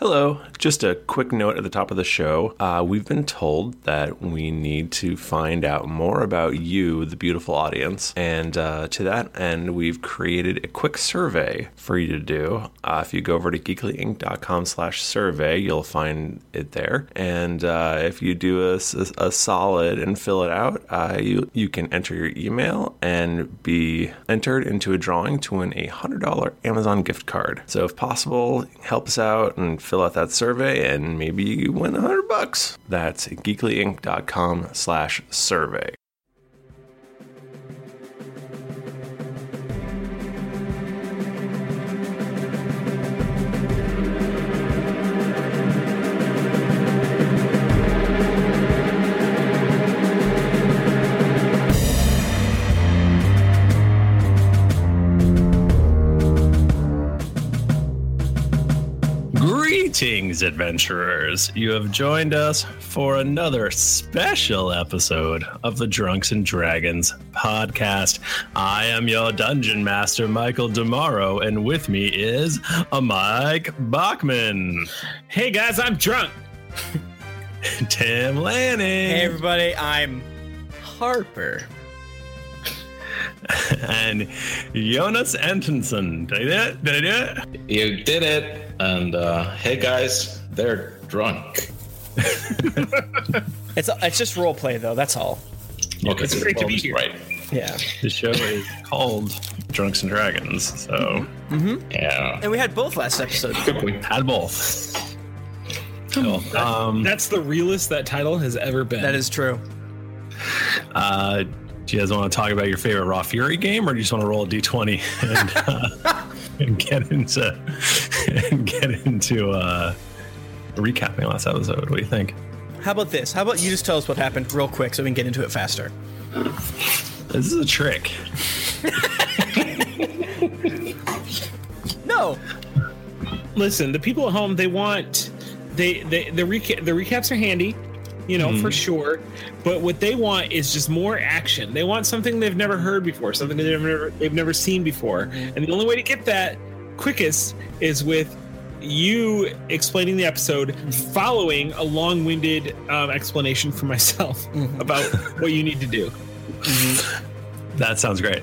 Hello. Just a quick note at the top of the show. Uh, we've been told that we need to find out more about you, the beautiful audience. And uh, to that end, we've created a quick survey for you to do. Uh, if you go over to geeklyinc.com slash survey, you'll find it there. And uh, if you do a, s- a solid and fill it out, uh, you, you can enter your email and be entered into a drawing to win a $100 Amazon gift card. So if possible, help us out and fill out that survey and maybe you win 100 bucks. That's geeklyinc.com slash survey. Greetings, adventurers! You have joined us for another special episode of the Drunks and Dragons podcast. I am your dungeon master, Michael Demaro, and with me is a Mike Bachman, Hey guys, I'm drunk. Tim Lanning, Hey everybody, I'm Harper. and Jonas Antonsen. Did I do it? Did I do it? You did it. And uh, hey guys, they're drunk. It's it's just role play though. That's all. Okay, it's great to be here. Right. Yeah. The show is called Drunks and Dragons, so Yeah. And we had both last episode. Good point. had both. Cool. Um, That's the realest that title has ever been. That is true. uh, do you guys want to talk about your favorite Raw Fury game, or do you just want to roll a d20 and, uh, and get into and get into uh, recapping last episode? What do you think? How about this? How about you just tell us what happened real quick so we can get into it faster? This is a trick. No. Listen, the people at home they want they they the reca- the recaps are handy, you know for sure. But what they want is just more action. They want something they've never heard before, something they've never they've never seen before. And the only way to get that quickest is with you explaining the episode, following a long-winded um, explanation for myself about what you need to do. That sounds great.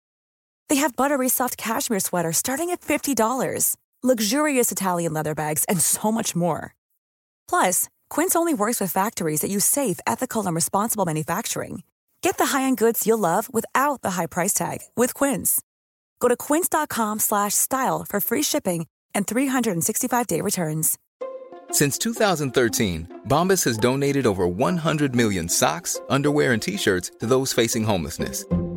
They have buttery soft cashmere sweaters starting at $50, luxurious Italian leather bags, and so much more. Plus, Quince only works with factories that use safe, ethical, and responsible manufacturing. Get the high-end goods you'll love without the high price tag with Quince. Go to quince.com/style slash style for free shipping and 365-day returns. Since 2013, Bombas has donated over 100 million socks, underwear, and t shirts to those facing homelessness.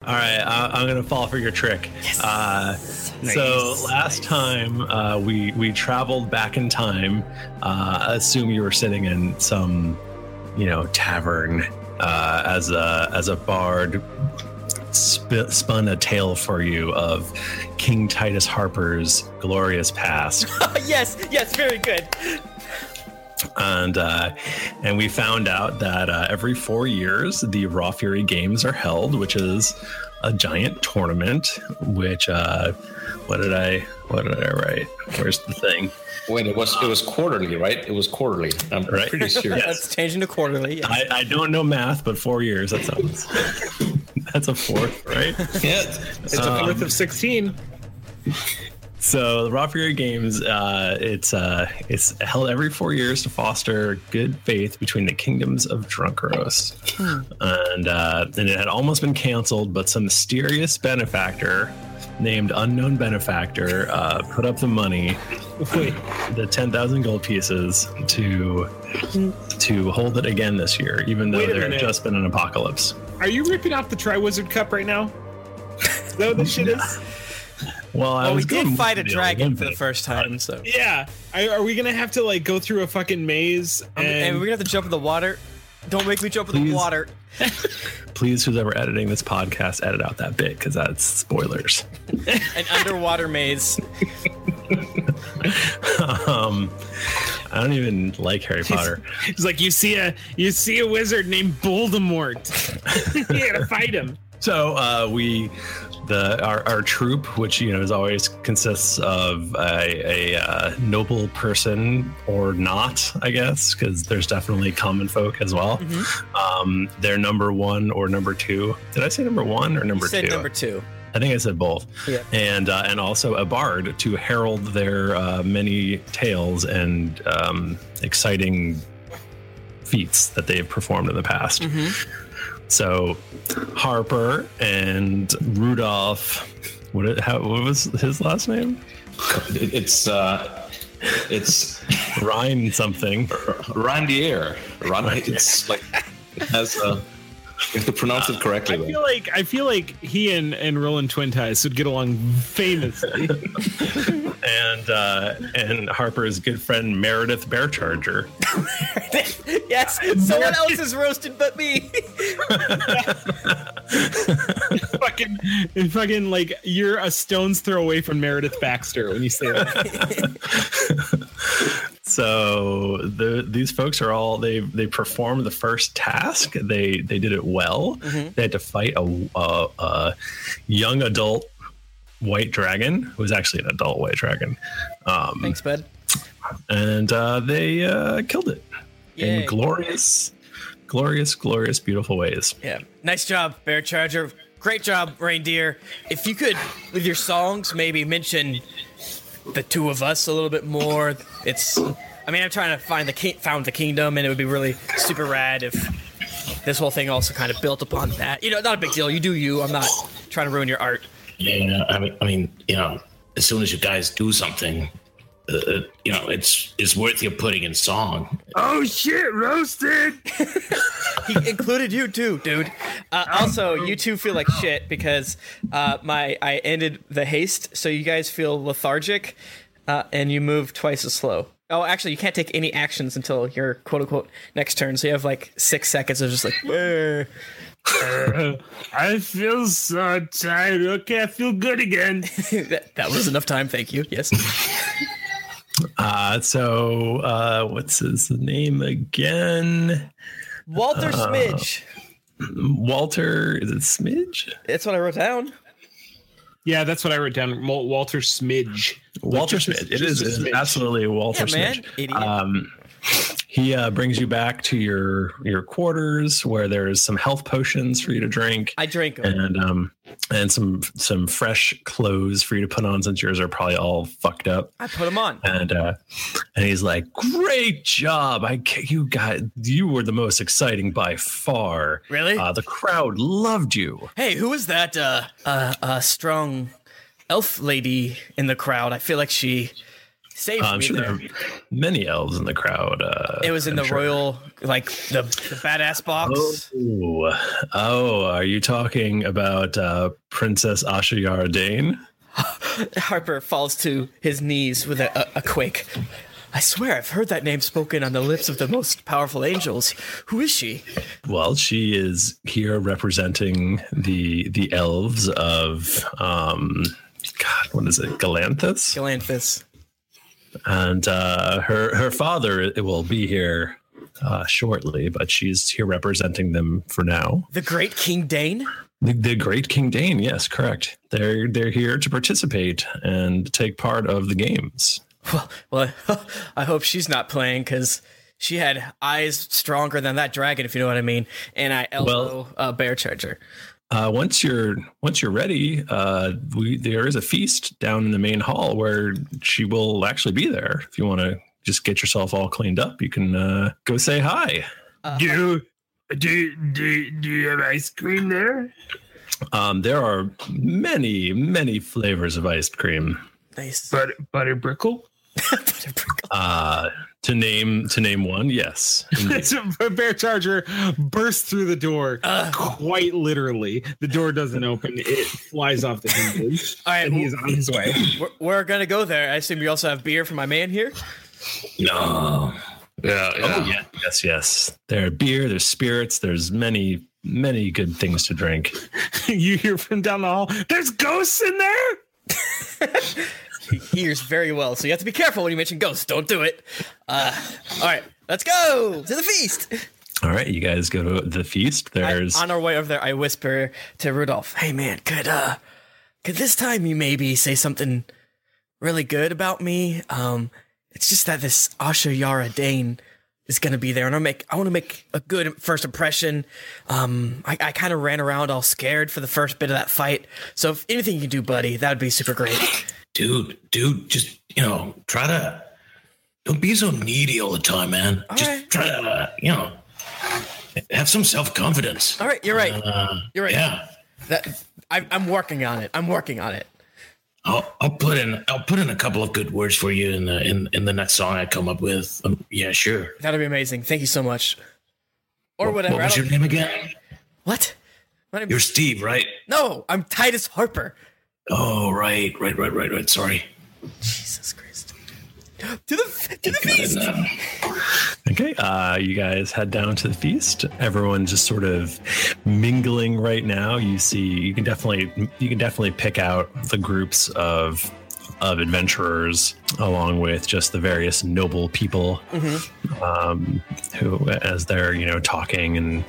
All right, uh, I'm gonna fall for your trick. Uh, So last time uh, we we traveled back in time. Uh, I assume you were sitting in some, you know, tavern uh, as a as a bard sp- spun a tale for you of King Titus Harper's glorious past. yes, yes, very good. and uh, and we found out that uh, every four years the Raw Fury Games are held, which is a giant tournament. Which uh, what did I what did I write? Where's the thing? Wait, it was it was quarterly, right? It was quarterly. I'm Right. pretty sure. That's changing to quarterly. Yes. I, I don't know math, but four years that sounds that's a fourth, right? Yeah, It's a Um, fourth of 16. So the Raw Fury Games, uh, it's uh, it's held every four years to foster good faith between the kingdoms of Drunkeros, and uh, and it had almost been canceled, but some mysterious benefactor named unknown benefactor uh, put up the money, Wait, the ten thousand gold pieces to to hold it again this year, even though Wait a there had minute. just been an apocalypse. are you ripping off the Triwizard Cup right now? Is that what this shit is? Well, I Oh, we was going did with fight a the dragon for the Olympic. first time, so. Yeah. I, are we gonna have to like go through a fucking maze? And, And we're gonna have to jump in the water. Don't make me jump in Please. the water. Please, who's ever editing this podcast, edit out that bit because that's spoilers. An underwater maze. um, I don't even like Harry Potter. it's like you see a you see a wizard named Voldemort. you gotta fight him. So uh, we, the our, our troop, which you know is always consists of a, a uh, noble person or not, I guess, because there's definitely common folk as well. Um, they're number one or number two. Did I say number one or number You said two? number two. I think I said both. Yeah. And uh, and also a bard to herald their uh, many tales and um, exciting feats that they've performed in the past. So Harper and Rudolph. What, it- how, what was his last name? It- it's uh, it's Ryan something. Randier. Rand- it's like it has a. You have to pronounce it correctly. I though. feel like I feel like he and and Roland Twin Ties would get along famously. And uh, and Harper's good friend Meredith Bearcharger. yes, someone else is roasted but me. fucking fucking like you're a stone's throw away from Meredith Baxter when you say that. So the, these folks are all they they performed the first task. They they did it well. Mm-hmm. They had to fight a, a, a young adult white dragon who was actually an adult white dragon, um, Thanks, bud. and uh, they uh, killed it Yay. in glorious, glorious, glorious, beautiful ways. Yeah. Nice job, Bear Charger. Great job, Reindeer. If you could, with your songs, maybe mention the two of us a little bit more. It's. I mean, I'm trying to find the king, found the kingdom, and it would be really super rad if this whole thing also kind of built upon that. You know, not a big deal. You do you. I'm not trying to ruin your art. Yeah, I mean, I mean, you know, as soon as you guys do something, uh, uh, you know, it's it's worth your putting in song. oh shit, roasted. He included you too, dude. Uh, also, you two feel like shit because uh, my I ended the haste, so you guys feel lethargic, uh, and you move twice as slow. Oh, actually, you can't take any actions until your quote unquote next turn. So you have like six seconds of just like, "Brr." I feel so tired. Okay, I feel good again. that, that was enough time. Thank you. Yes. Uh, so uh, what's his name again? Walter Uh, Smidge. Walter? Is it Smidge? That's what I wrote down. Yeah, that's what I wrote down. Wal- Walter Smidge. Walter Just a- Smith. It just is, a it is smidge. absolutely Walter Yeah, man, Smith. idiot. Um, he uh, brings you back to your your quarters where there's some health potions for you to drink. I drank 'em. and um and some some fresh clothes for you to put on since yours are probably all fucked up I put them on. and uh and he's like great job I ca- you got you were the most exciting by far Really? uh, the crowd loved you Hey, who is that? Uh, uh, uh, strong elf lady in the crowd. I feel like she saved Uh, I'm me sure there. there are many elves in the crowd uh It was in the I'm sure. royal, like the, the badass box. Oh, oh, are you talking about uh, Princess Asha Yardane? Oh. Harper falls to his knees with a, a, a quake. I swear I've heard that name spoken on the lips of the most powerful angels. Who is she? Well, she is here representing the the elves of um God, what is it? Galanthus? Galanthus. And uh her her father will be here uh shortly, but she's here representing them for now. The great King Dane? The, the great King Dane, yes, correct. They're they're here to participate and take part of the games. Well, well I hope she's not playing because she had eyes stronger than that dragon, if you know what I mean. And I elbow a bear charger. Uh, once you're once you're ready, uh, we, there is a feast down in the main hall where she will actually be there. If you want to just get yourself all cleaned up, you can uh, go say hi. Uh-huh. Do do do do you have ice cream there? Um, there are many many flavors of ice cream. Nice. Butter, butter brickle? Uh, to name to name one, yes. so Bear Charger bursts through the door, Uh. quite literally. The door doesn't open; it flies off the hinges, All right, and he is on his way. we're, we're gonna go there. I assume you also have beer for my man here. No. Yeah, yeah. Oh, yeah, yes, yes. There are beer, there's spirits, there's many many good things to drink. you hear from down the hall. There's ghosts in there. He hears very well, so you have to be careful when you mention ghosts. Don't do it. Uh, all right, let's go to the feast. All right, you guys go to the feast. I- There's on our way over there, I whisper to Rudolph, "Hey, man, could uh, could this time you maybe say something really good about me? Um, it's just that this Asha Yara Dane is gonna be there, and I make I want to make a good first impression. Um, I, I kind of ran around all scared for the first bit of that fight, so if anything you can do, buddy, that would be super great. Dude, dude, just you know, try to don't be so needy all the time, man. just right. try to uh, you know have some self confidence. All right, you're right. Uh, you're right. Yeah. That, I, I'm working on it. I'm working on it. I'll, I'll put in I'll put in a couple of good words for you in the in, in the next song I come up with. Um, yeah, sure. That'd be amazing. Thank you so much. Or whatever. What I was don't- your name again? what? My name- You're Steve, right? No, I'm Titus Harper. Oh, right, right, right, right, right. Sorry. Jesus Christ. To the to the And, feast. uh, Okay, uh, you guys head down to the feast. Everyone just sort of mingling right now. You see, you can definitely you can definitely pick out the groups of of adventurers along with just the various noble people um, who as they're you know talking and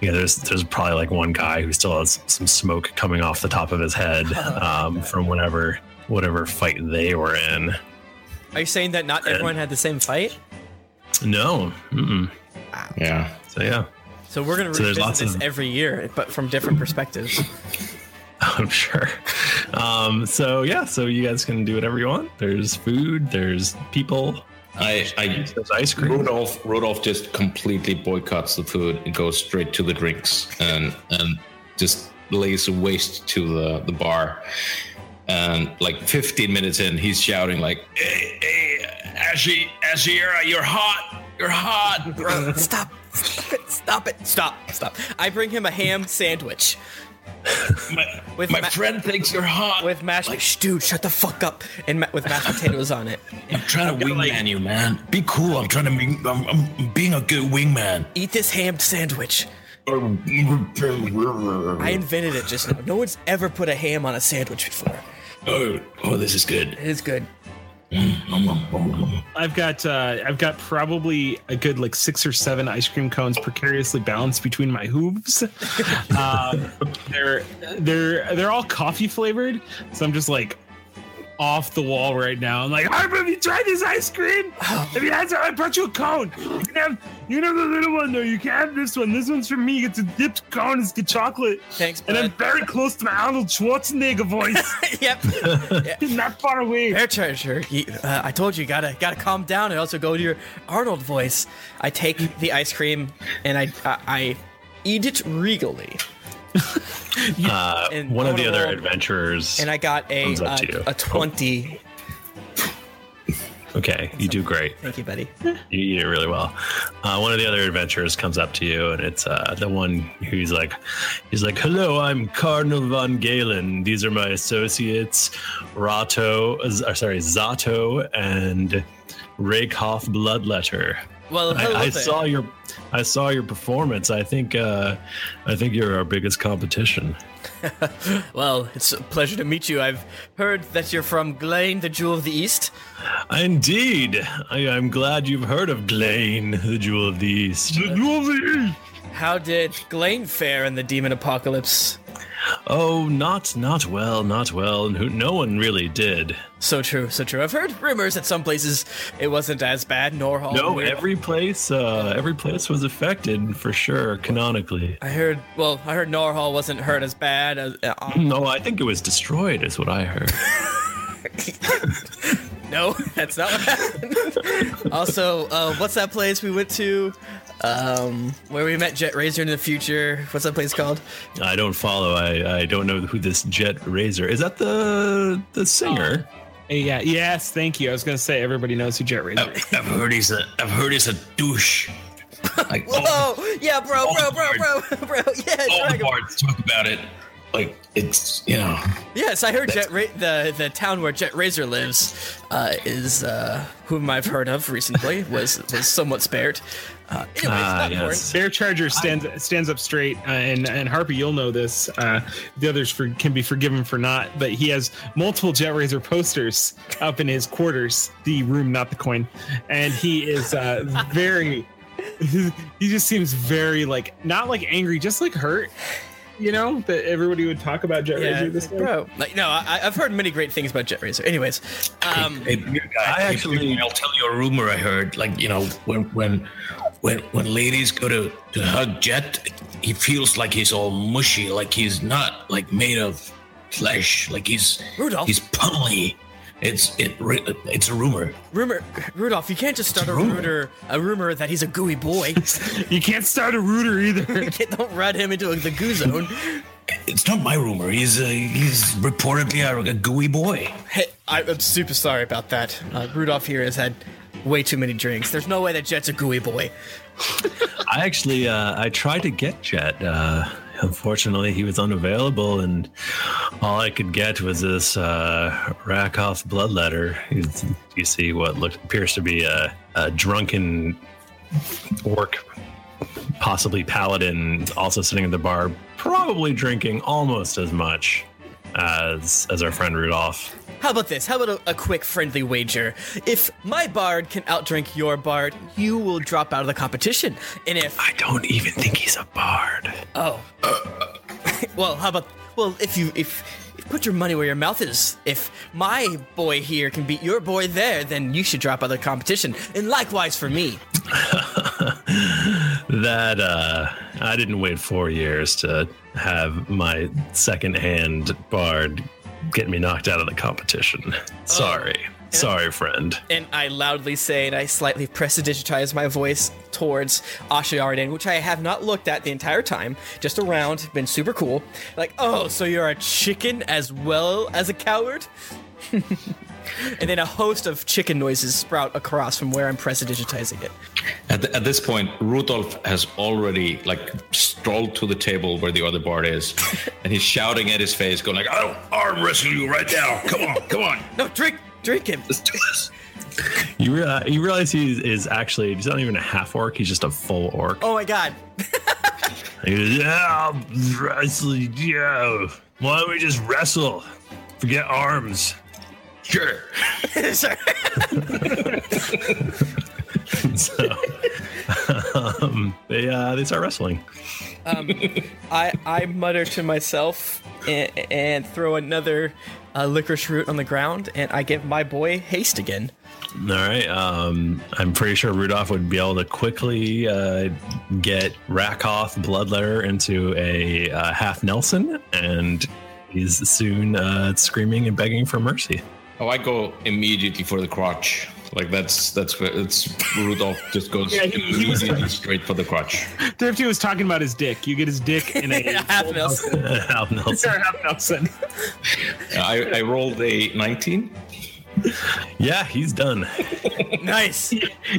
you know there's there's probably like one guy who still has some smoke coming off the top of his head um, from whatever whatever fight they were in Are you saying that not everyone had the same fight? no mm-mm. yeah. so yeah So we're gonna So revisit there's lots this of- every year, but from different perspectives. I'm sure. Um, so yeah, so you guys can do whatever you want. There's food. There's people. I, I There's ice cream. Rudolph Rudolph just completely boycotts the food and goes straight to the drinks and and just lays waste to the, the bar. And like 15 minutes in, he's shouting like, Hey, hey, Ashi, Ashiera, you're hot. You're hot, bro. Stop. Stop it. Stop it. Stop. Stop. I bring him a ham sandwich My, With my ma- friend thinks you're hot. with mashed dude, shut the fuck up. And ma- with mashed potatoes on it. I'm trying to wingman you, man. Be cool. I'm trying to be. I'm, I'm being a good wingman. Eat this ham sandwich. I invented it just now. No one's ever put a ham on a sandwich before. Oh, oh, this is good. It is good. Nom, nom, nom, nom. I've got uh, I've got probably a good like six or seven ice cream cones precariously balanced between my hooves. um, they're they're they're all coffee flavored, so I'm just like off the wall right now. I'm like, Harper, have you tried this ice cream? If you answer, I brought you a cone. You can have you can have the little one though. You can have this one. This one's for me. It's a dipped cone. It's good chocolate. Thanks, And I'm bud. very close to my Arnold Schwarzenegger voice. yep. Not far away. Air treasure. You, uh, I told you, gotta gotta calm down and also go to your Arnold voice. I take the ice cream and I I, I eat it regally. Uh, and one of the total- other adventurers. And I got uh, a Comes up to a, you. a twenty Okay, you do great. Thank you, buddy. You eat it really well. Uh, one of the other adventurers comes up to you, and it's uh, the one who's like, he's like, "Hello, I'm Cardinal von Galen. These are my associates, Rato, uh, z- or sorry, Zato and Rakehoff Bloodletter. Well, hello I, I there. saw your, I saw your performance. I think, uh, I think you're our biggest competition. Well, it's a pleasure to meet you. I've heard that you're from Glane, the Jewel of the East. Indeed, I, I'm glad you've heard of Glane, the Jewel of the East. The Jewel of the East. How did Glane fare in the Demon Apocalypse? Oh, not not well, not well. And who- No one really did. So true, so true. I've heard rumors that some places it wasn't as bad. Norhall. No, Weir- every place, uh, every place was affected for sure, canonically. I heard. Well, I heard Norhall wasn't hurt as bad. As, uh, No, I think it was destroyed, is what I heard. no, that's not what happened. also, uh, what's that place we went to? Um, where we met Jet Razor in the future. What's that place called? I don't follow. I, I don't know who this Jet Razor is. That the the singer? Yeah. Yes. Thank you. I was gonna say everybody knows who Jet Razor. is. I've heard he's a. I've heard he's a douche. Like Oh. all, Whoa! Oh, Yeah, bro, bro, bro, bro, bro. Yeah, all the Dragon. bards talk about it. Like it's you know. Yes, I heard Jet Ra- the the town where Jet Razor lives uh, is uh, whom I've heard of recently was was somewhat spared. Uh, anyways, Ah, not yes. important. Bear Charger stands stands up straight, uh, and and Harpy, you'll know this. Uh, the others for, can be forgiven for not, but he has multiple Jet Razor posters up in his quarters, the room, not the coin, and he is uh, very. he just seems very like not like angry, just like hurt. You know that everybody would talk about Jet Razor this way. bro. Like, no, I, I've heard many great things about Jet Razor. Anyways, um, Hey, you guys, I hey, actually- I'll tell you a rumor I heard. Like you know, when when when when ladies go to to hug Jet, he feels like he's all mushy, like he's not like made of flesh, like he's Rudolph. He's pummely. It's it. re- It's a rumor. rumor Rudolph, you can't just start a rumor. rumor a rumor that he's a gooey boy. You can't start a rooter either. Don't run him into the goo zone. It's not my rumor. He's a, he's reportedly a, a gooey boy. Hey, I, I'm super sorry about that. Uh, Rudolph here has had way too many drinks. There's no way that Jet's a gooey boy. I actually uh, I tried to get Jet. Uh, unfortunately, he was unavailable, and all I could get was this uh, Rakoff bloodletter. He's- You see what looked appears to be a, a drunken orc, possibly paladin, also sitting at the bar, probably drinking almost as much as as our friend Rudolph. How about this? How about a, a quick friendly wager? If my bard can outdrink your bard, you will drop out of the competition. And if I don't even think he's a bard. oh, well, how about well if you if, if put your money where your mouth is. If my boy here can beat your boy there, then you should drop out of the competition. And likewise for me. that uh, I didn't wait four years to have my second-hand bard get me knocked out of the competition. Sorry, sorry, friend. And I loudly say, and I slightly press digitize my voice towards Ashiarden, which I have not looked at the entire time, just around, been super cool. Like, oh, so you're a chicken as well as a coward? and then a host of chicken noises sprout across from where I'm press digitizing it. At, th- at this point, Rudolf has already like strolled to the table where the other bard is, and he's shouting at his face, going like, "I'll arm wrestle you right now! Come on, come on, No, drink, drink him. let's do this!" You realize, you realize he is actually he's not even a half orc. He's just a full orc. Oh my god. He goes, yeah, I'll wrestle you. Why don't we just wrestle? Forget arms. Sure. Sorry. So, um, they uh, they start wrestling. I, I mutter to myself and, and throw another uh, licorice root on the ground, and I give my boy haste again. All right. Um, I'm pretty sure Rudolph would be able to quickly uh, get Rakoff Bloodletter into a uh, half Nelson, and he's soon uh, screaming and begging for mercy. Oh, I go immediately for the crotch. Like that's that's where it's Rudolph just goes Yeah, he- he was- immediately straight for the crotch. Thrifty was talking about his dick. You get his dick in a Half an hour. half Nelson. Sarah Nelson. I, I rolled a 19. Yeah, he's done. nice.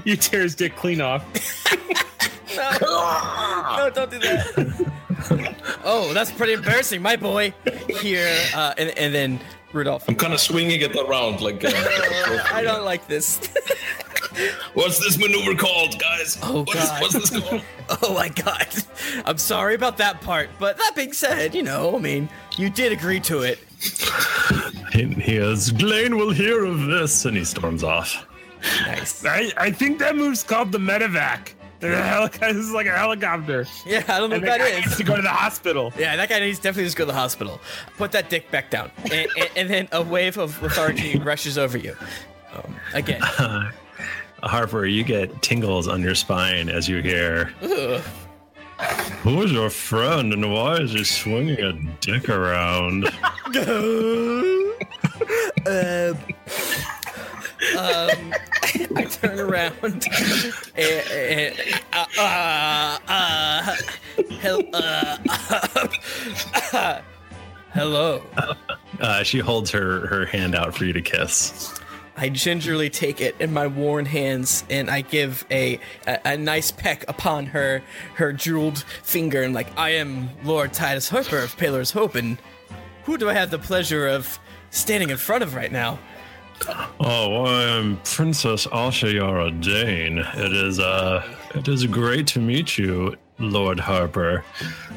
you tear his dick clean off. no, don't do that. oh, that's pretty embarrassing, my boy. Here, uh, and, and then Rudolph. I'm kind of swinging it around. Like, uh, I don't like this. what's this maneuver called, guys? Oh what's, God. what's this called? Oh my god. I'm sorry about that part, but that being said, you know, I mean, you did agree to it. Hint hears Glane will hear of this, and he storms off. Nice. I, I think that move's called the medevac. The helic- This is like a helicopter. Yeah, I don't know And what the that guy has is. to go to the hospital. Yeah, that guy needs definitely just go to the hospital. Put that dick back down, and, and, and then a wave of lethargy rushes over you. Um, again, Harper, you get tingles on your spine as you hear. Who's your friend, and why is he swinging a dick around? I turn around and, and uh, uh, uh, hel- uh, hello. Uh, she holds her her hand out for you to kiss. I gingerly take it in my worn hands and I give a, a, a nice peck upon her her jeweled finger and like I am Lord Titus Harper of Paler's Hope and who do I have the pleasure of standing in front of right now? Oh, I'm Princess Asha Yara Dane. It is uh, it is great to meet you, Lord Harper.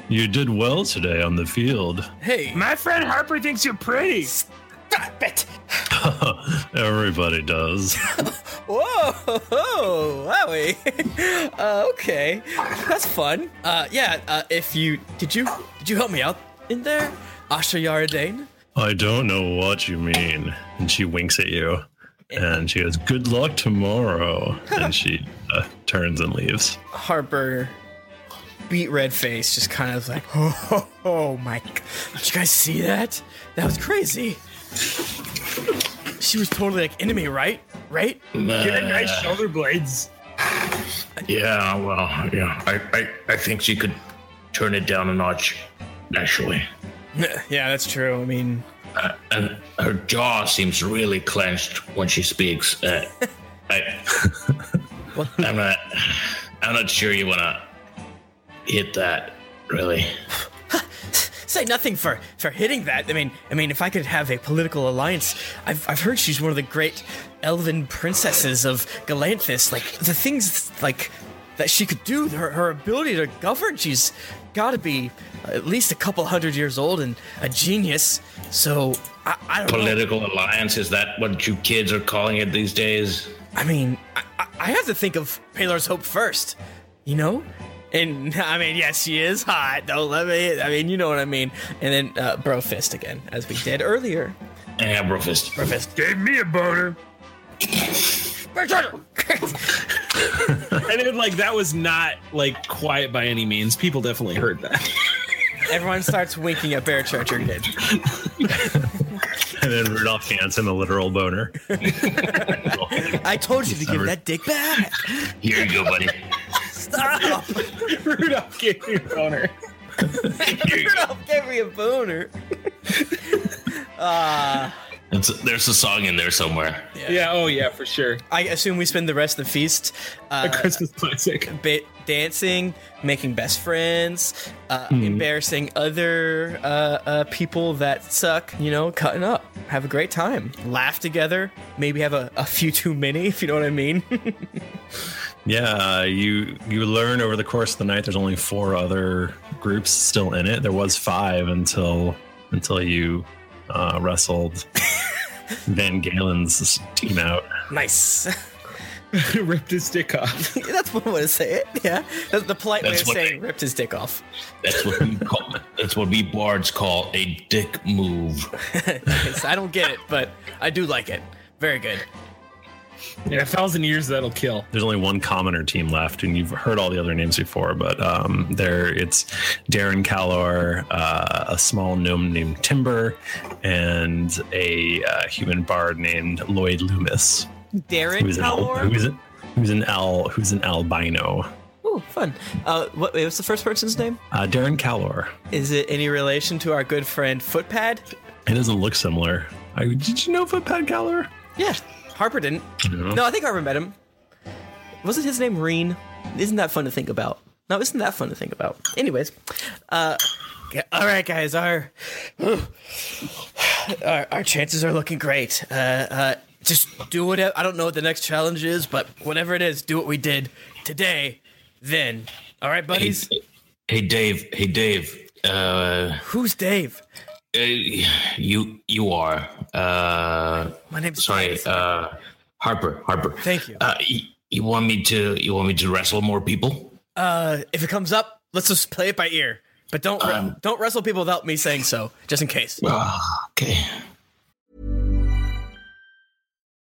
You did well today on the field. Hey, My friend Harper thinks you're pretty. stop it! Everybody does. Whoa, wowie. uh, okay, that's fun. Uh, yeah. Uh, if you did you did you help me out in there, Asha Yaradane? I don't know what you mean. And she winks at you. And she goes, Good luck tomorrow. and she uh, turns and leaves. Harper, beat red face, just kind of like, oh, oh, oh my! g- Did you guys see that? That was crazy. She was totally like enemy, right? Right? You got nice shoulder blades. Yeah, well, yeah. I, I, I think she could turn it down a notch, actually. yeah, that's true. I mean, And her jaw seems really clenched when she speaks. Uh, I, I'm not, I'm not sure you wanna hit that, really. say nothing for for hitting that. I mean, I mean, if I could have a political alliance, I've I've heard she's one of the great elven princesses of Galanthus. Like the things like that she could do, her her ability to govern. She's got to be at least a couple hundred years old and a genius. So I, I don't know. Political alliance? Is that what you kids are calling it these days? I mean, I, I- I have to think of Paler's Hope first, you know? And I mean, yes, she is hot. Don't let me. I mean, you know what I mean. And then uh, bro fist again, as we did earlier. Eh, Yeah, Brofist. Bro fist. Gave me a boner. And it, like that was not like quiet by any means. People definitely heard that. Everyone starts winking at Bear Church again. And then Rudolph hands him a literal boner. I told you to give that dick back. Here you go, buddy. Stop. Rudolph gave me a boner. Rudolph gave me a boner. It's, there's a song in there somewhere. Yeah. Oh yeah, for sure. I assume we spend the rest of the feast A uh, Christmas classic. bit dancing, making best friends, uh, Hmm. embarrassing other uh, uh, people that suck, you know, cutting up, have a great time, laugh together, maybe have a, a few too many, if you know what I mean. Yeah, uh, you you learn over the course of the night. There's only four other groups still in it. There was five until until you uh, wrestled Van Galen's team out. nice. Ripped his dick off. That's one way to say it. Yeah. That's the polite That's way of what saying they- ripped his dick off. That's what we call. That's what we bards call a dick move. It's- I don't get it, but I do like it. Very good. In a thousand years, that'll kill. There's only one commoner team left, and you've heard all the other names before. But um, there, it's Darren Calor, uh, a small gnome named Timber, and a uh, human bard named Lloyd Loomis, Darren who's an al- who's, a, who's an al who's an albino. Oh, fun. Uh, what, wait, what's the first person's name? Uh, Darren Calor. Is it any relation to our good friend Footpad? It doesn't look similar. I, did you know Footpad Caller? Yeah, Harper didn't. No, I think Harper met him. Wasn't his name Reen? Isn't that fun to think about? No, isn't that fun to think about? Anyways, uh, g- all right, guys, our, our our chances are looking great. Uh, uh, just do whatever. I don't know what the next challenge is, but whatever it is, do what we did today. Then, all right, Hey, buddies. hey, Dave. Hey, Dave. Uh, Who's Dave? uh, you you are. Uh, My name's sorry, uh, Harper. Harper. Thank you. Uh, you, you want me to you want me to wrestle more people? Uh, if it comes up, let's just play it by ear. But don't wre- don't wrestle people without me saying so, just in case. okay.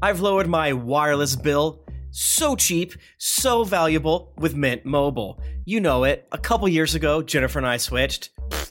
I've lowered my wireless bill so cheap, so valuable with Mint Mobile. You know it. A couple years ago, Jennifer and I switched. Pfft,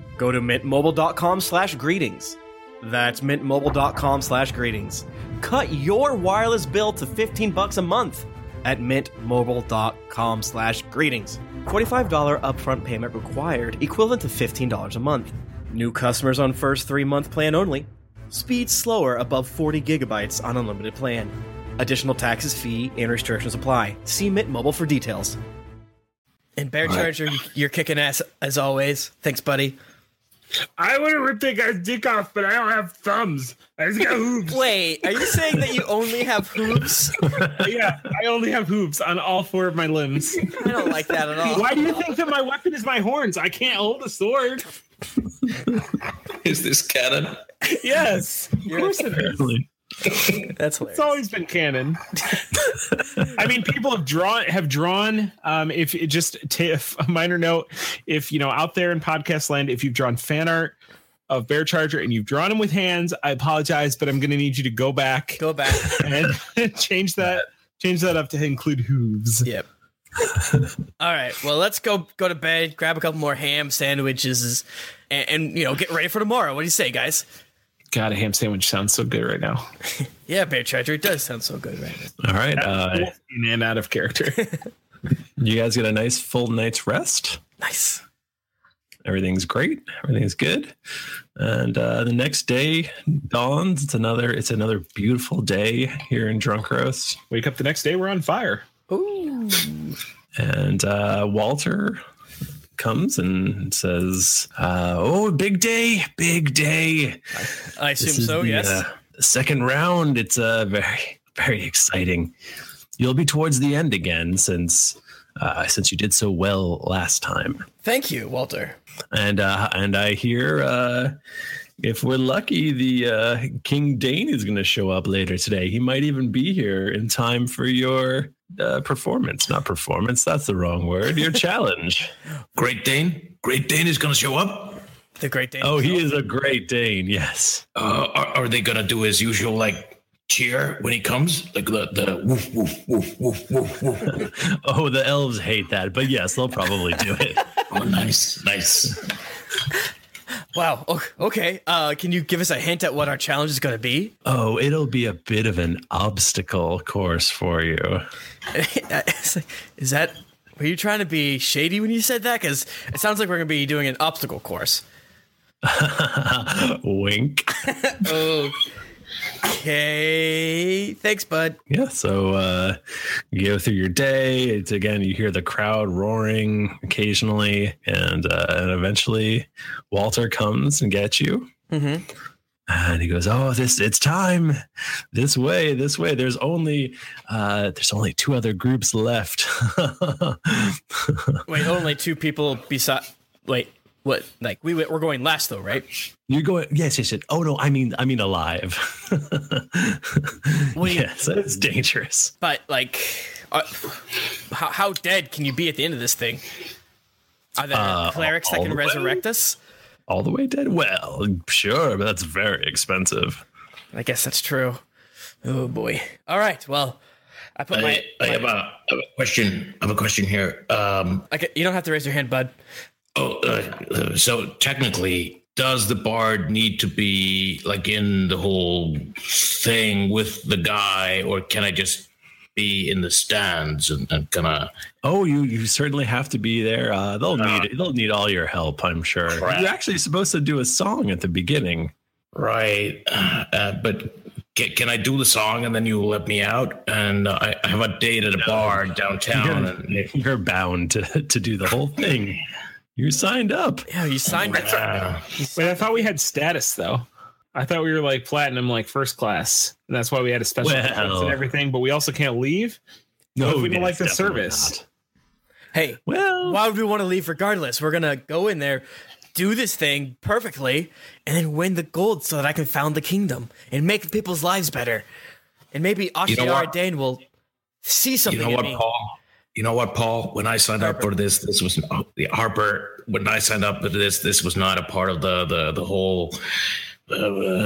go to mintmobile.com slash greetings. That's mintmobile.com slash greetings. Cut your wireless bill to 15 bucks a month at mintmobile.com slash greetings. $45 upfront payment required, equivalent to $15 a month. New customers on first three month plan only. Speed slower above 40 gigabytes on unlimited plan. Additional taxes, fee, and restrictions apply. See Mint Mobile for details. And Bear All right. Charger, you- you're kicking ass as always. Thanks, buddy. I would have ripped that guy's dick off, but I don't have thumbs. I just got hooves. Wait, are you saying that you only have hooves? yeah, I only have hooves on all four of my limbs. I don't like that at all. Why do you think that my weapon is my horns? I can't hold a sword. Is this canon? Yes, of course it is. That's It's always been canon. I mean, people have drawn have drawn. Um, if it just ta- a minor note, if you know out there in podcast land, if you've drawn fan art of Bear Charger and you've drawn him with hands, I apologize, but I'm going to need you to go back, go back, and change that change that up to include hooves. Yep. All right. Well, let's go go to bed, grab a couple more ham sandwiches, and, and you know get ready for tomorrow. What do you say, guys? God, a ham sandwich sounds so good right now. Yeah, Bear Charger, it does sound so good right now. All right. Uh, and out of character. you guys get a nice full night's rest. Nice. Everything's great. Everything's good. And uh, the next day dawns. It's another. It's another beautiful day here in Drunkros. Wake up the next day. We're on fire. Ooh. And uh, Walter comes and says, uh, "Oh, big day! Big day!" I This assume is so, the, yes. uh, the second round. It's uh, very, very exciting. You'll be towards the end again, since uh, since you did so well last time. Thank you, Walter. And uh, and I hear uh, if we're lucky, the uh, King Dane is going to show up later today. He might even be here in time for your uh, performance. Not performance. That's the wrong word. Your challenge. Great Dane. Great Dane is going to show up. The Great Dane. Oh, he is a Great Dane. Yes. Uh, are, are they going to do his usual like cheer when he comes? Like the the woof woof woof woof woof woof. Oh, the elves hate that, but yes, they'll probably do it. oh, nice, nice. Wow. o- Okay. Uh, can you give us a hint at what our challenge is going to be? Oh, it'll be a bit of an obstacle course for you. It's like, is that were you trying to be shady when you said that? Because it sounds like we're going to be doing an obstacle course. Wink. okay. Thanks, bud. Yeah, so uh, you go through your day. It's again, you hear the crowd roaring occasionally, and uh, and eventually, Walter comes and gets you. Mm-hmm. and he goes oh this it's time this way this way there's only uh there's only two other groups left Wait, only two people beside. Wait, what? Like we went- we're going last though, right? you're going yes yes yes oh no i mean i mean alive yes that's dangerous But like, uh, how, how dead can you be at the end of this thing? Are there Uh, clerics that all can the way? resurrect us? all the way dead well sure but that's very expensive i guess that's true oh boy All right. Well, I put my. I, I have, a, I have a question. I have a question here. Um, okay, you don't have to raise your hand, bud. Oh, uh, uh, so technically, does the bard need to be like in the whole thing with the guy, or can I just be in the stands and, and kind of? Oh, you you certainly have to be there. Uh, they'll need they'll need all your help, I'm sure. You're actually supposed to do a song at the beginning, right? Uh, but can, can I do the song and then you let me out? And uh, I, I have a date at a bar downtown. You're- And you're bound to to do the whole thing. You signed up. Yeah, you signed up. Wait, I thought we had status though. I thought we were like platinum, like first class. And that's why we had a special Well. entrance and everything. But we also can't leave. No, What if we don't yes, like the definitely service. Hey, well, why would we want to leave regardless? We're gonna go in there, do this thing perfectly, and then win the gold so that I can found the kingdom and make people's lives better. And maybe You know Ashiara what? Dane will see something. you know in what, me. Paul? you know what, Paul? When I signed up for this, this was oh, the Harper. When I signed up for this, this was not a part of the the the whole uh,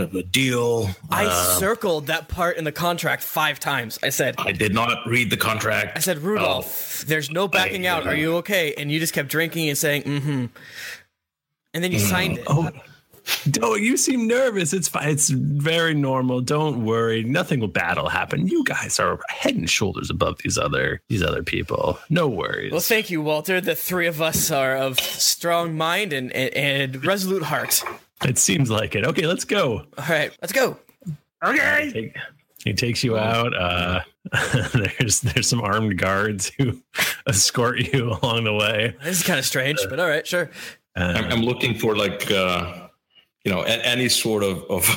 uh, deal. I Uh, circled that part in the contract five times. I said, I did not read the contract. I said, Rudolph, there's no backing out. Are you okay? And you just kept drinking and saying, mm hmm. And then you signed it. Oh, oh, you seem nervous. It's fine. It's very normal. Don't worry. Nothing will bad will happen. You guys are head and shoulders above these other these other people. No worries. Well, thank you, Walter. The three of us are of strong mind and, and, and resolute heart. It seems like it. Okay, let's go. All right, let's go. Okay. He takes you out. Uh, there's there's some armed guards who escort you along the way. This is kind of strange, but all right, sure. I'm, I'm looking for like uh, you know a- any sort of of,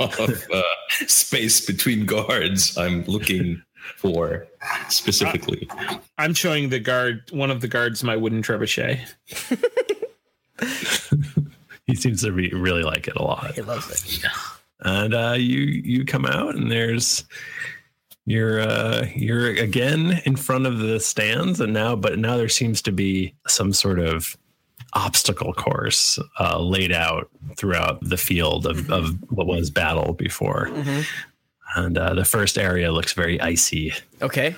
of uh, space between guards. I'm looking for specifically. I'm showing the guard, one of the guards, my wooden trebuchet. He seems to be, really like it a lot. He loves it. And uh, you you come out and there's you're uh, you're again in front of the stands and now but now there seems to be some sort of obstacle course uh, laid out throughout the field of, Mm-hmm. of what was battle before. And uh, the first area looks very icy. Okay.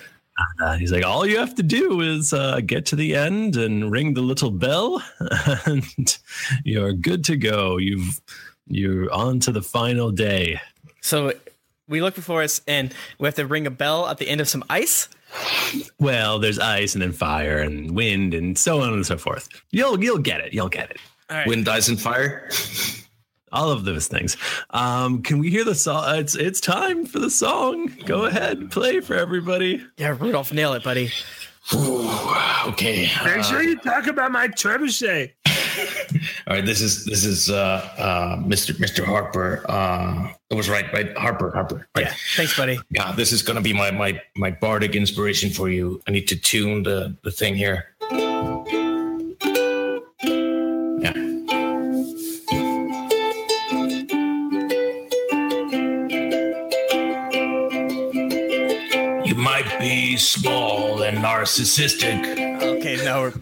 Uh, he's like, all you have to do is uh, get to the end and ring the little bell, and you're good to go. You've you're on to the final day. So we look before us and we have to ring a bell at the end of some ice. Well, there's ice and then fire and wind and so on and so forth. You'll you'll get it. You'll get it. All right. Wind, ice, and fire. All of those things. Um, can we hear the song? It's it's time for the song. Go ahead, play for everybody. Yeah, Rudolph, nail it, buddy. okay. Make uh, sure you talk about my trebuchet. All right, this is this is uh, uh, Mr. Mr. Harper. Uh, it was right, right? Harper, Harper. Right. Yeah, thanks, buddy. Yeah, this is gonna be my my my bardic inspiration for you. I need to tune the the thing here. Yeah. You might be small and narcissistic. Okay, now we're.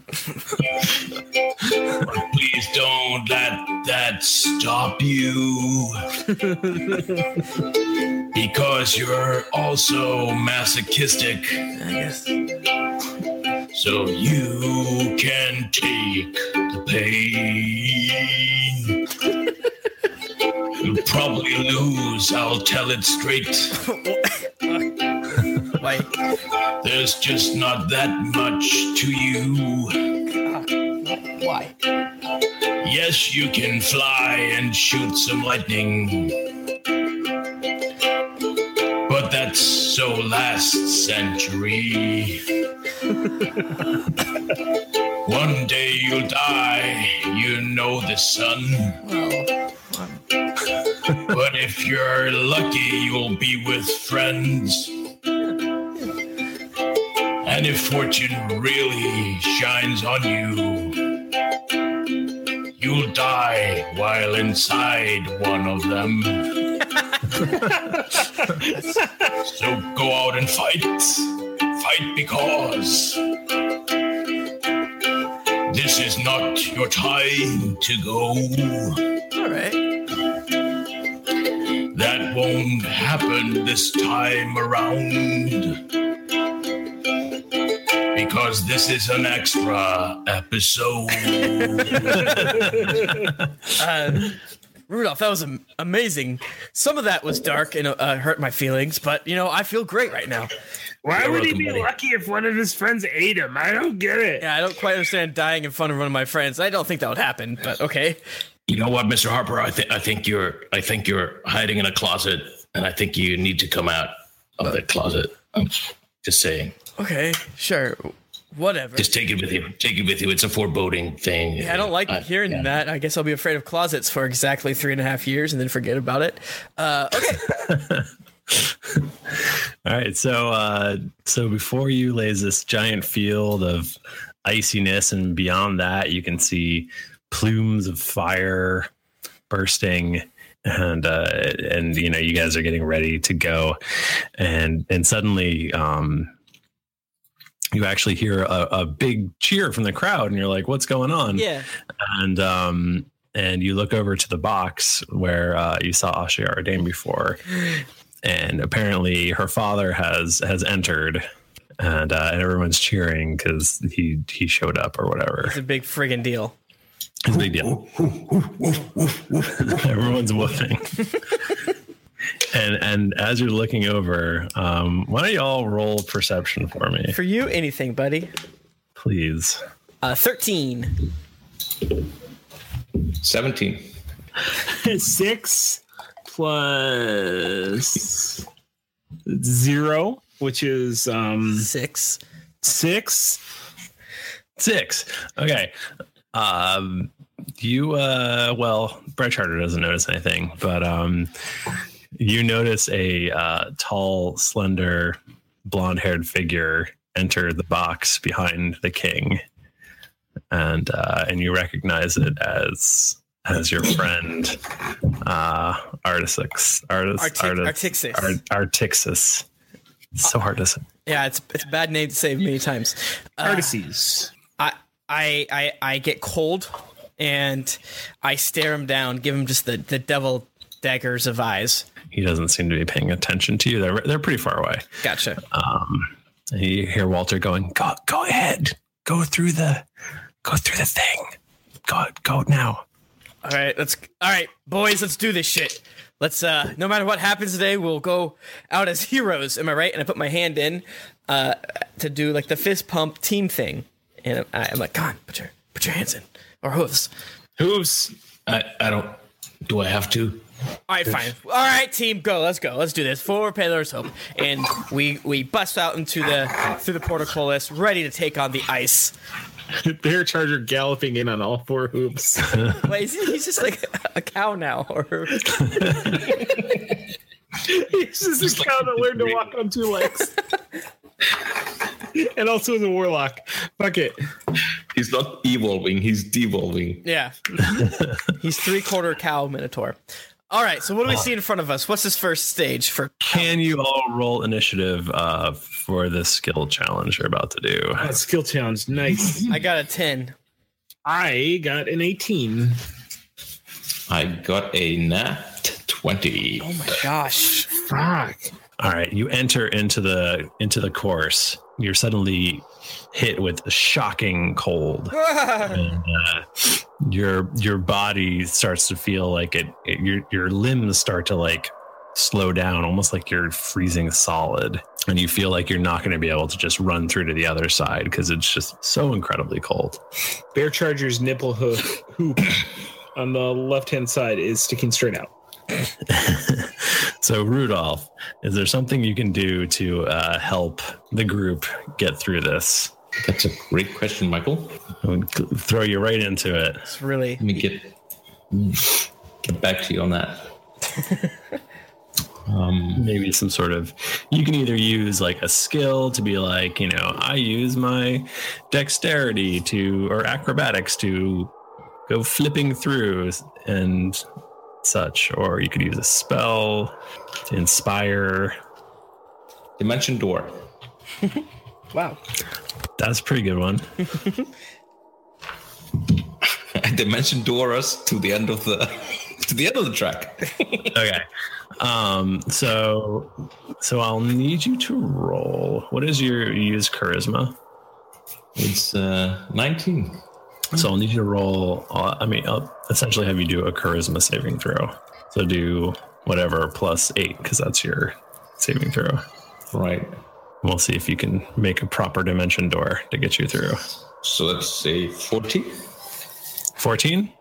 but please don't let that stop you. because you're also masochistic. I guess. So you can take the pain. You'll probably lose, I'll tell it straight. Wait. There's just not that much to you. Why? Yes, you can fly and shoot some lightning. But that's so last century. One day you'll die, you know the sun. but if you're lucky, you'll be with friends. And if fortune really shines on you, you'll die while inside one of them. so go out and fight. Fight because this is not your time to go. All right. That won't happen this time around. Because this is an extra episode. Uh, Rudolph, that was am- amazing. Some of that was dark and uh, hurt my feelings, but you know I feel great right now. Why You're would he welcome, be buddy. lucky if one of his friends ate him? I don't get it. Yeah, I don't quite understand dying in front of one of my friends. I don't think that would happen, but okay. You know what, Mr. Harper? I think I think you're I think you're hiding in a closet, and I think you need to come out of that closet. I'm just saying. Okay, sure. Whatever. Just take it with you. Take it with you. It's a foreboding thing. Yeah, I don't like hearing that. I guess I'll be afraid of closets for exactly three and a half years and then forget about it. Uh, okay. All right, so uh, so before you lays this giant field of iciness, and beyond that, you can see plumes of fire bursting, and uh, and you know you guys are getting ready to go, and and suddenly um, you actually hear a, a big cheer from the crowd and you're like what's going on Yeah. and um and you look over to the box where uh, you saw Asha Ardain before and apparently her father has has entered and uh, and everyone's cheering because he he showed up or whatever It's a big friggin' deal. it's a big deal everyone's whooping and and as you're looking over um why don't you all roll perception for me For you, anything, buddy. please Uh, 13. 17. Six plus zero, which is um six. Six. Six. Okay. Um, you, uh, well, Brett Charter doesn't notice anything, but um, you notice a uh, tall, slender, blonde haired figure enter the box behind the king. And uh, and you recognize it as as your friend, uh, Artisix, artist, Arti- Artixis. Art- Artixis. So hard to say. Yeah, it's it's a bad name to say many times. Uh, I, I I I get cold and I stare him down, give him just the, the devil daggers of eyes. He doesn't seem to be paying attention to you. They're they're pretty far away. Gotcha. Um, and you hear Walter going, "Go, go ahead, go through the, go through the thing, go, go now." All right, let's all right, boys, let's do this shit. Let's uh no matter what happens today, we'll go out as heroes, am I right? And I put my hand in uh to do like the fist pump team thing. And I, I'm like, "Come on, put your put your hands in or hooves." Hooves. I, I don't. Do I have to? All right, fine. All right, team, go. Let's go. Let's do this. Forward, Paylor's hope, and we we bust out into the through the portcullis, ready to take on the ice. Bear charger galloping in on all four hoops. Wait, is he, he's just like a cow now, or He's just, a cow that learned to walk on two legs. and also is a warlock. Fuck it. He's not evolving, he's devolving. yeah, he's three quarter cow minotaur. All right, so what do we see in front of us? What's this first stage for? Can you all roll initiative uh, for this skill challenge you're about to do? Uh, skill challenge. Nice. I got a 10. I got an 18. I got a nat 20. Oh my gosh. Fuck. All right, you enter into the into the course. You're suddenly hit with shocking cold. and uh, your your body starts to feel like it, it- your your limbs start to like slow down almost like you're freezing solid and you feel like you're not going to be able to just run through to the other side because it's just so incredibly cold Bear charger's nipple hook hoop on the left hand side is sticking straight out. so rudolph is there something you can do to uh, help the group get through this that's a great question michael throw you right into it It's really Let me get get back to you on that. um, maybe some sort of you can either use like a skill to be like you know i use my dexterity to or acrobatics to go flipping through and such or you could use a spell to inspire dimension door wow that's a pretty good one I dimension door us to the end of the to the end of the track. okay um so so i'll need you to roll what is your you use charisma it's uh 19 so i'll need you to roll uh, i mean i'll essentially have you do a charisma saving throw so do whatever plus eight because that's your saving throw right we'll see if you can make a proper dimension door to get you through So let's say 40. 14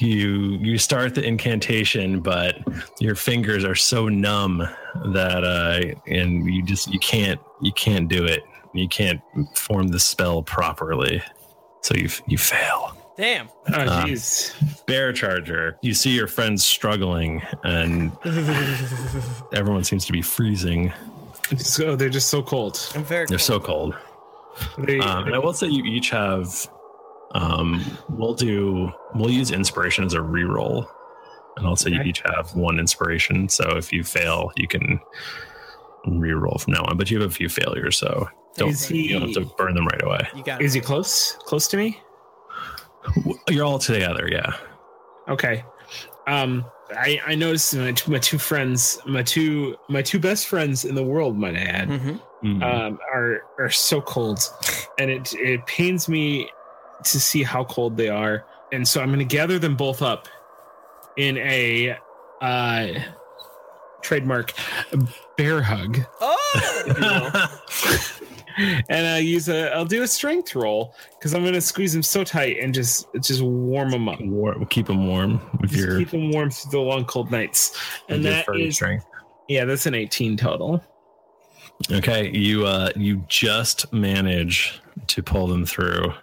you you start the incantation but your fingers are so numb that uh and you just you can't you can't do it you can't form the spell properly so you f- you fail Damn. Ah, Uh, bear charger you see your friends struggling and everyone seems to be freezing So they're just so cold. I'm very they're so cold They- um, and I will say you each have. Um, we'll do. We'll use inspiration as a reroll, and I'll say you each have one inspiration. So if you fail, you can reroll from now on. But you have a few failures, so don't Is he- you don't have to burn them right away. You got Is he close? Close to me? You're all together, yeah. Okay. Um, I, I noticed my two, my two friends, my two my two best friends in the world, might I add, Hmm. um, are are so cold, and it it pains me to see how cold they are. And so I'm going to gather them both up in a uh, trademark bear hug. Oh. and I use a I'll do a strength roll because I'm going to squeeze them so tight and just just warm them up. Warm, keep them warm with Just your keep them warm through the long cold nights. with And your that furry is strength. yeah, that's an 18 total. Okay, you uh you just manage to pull them through.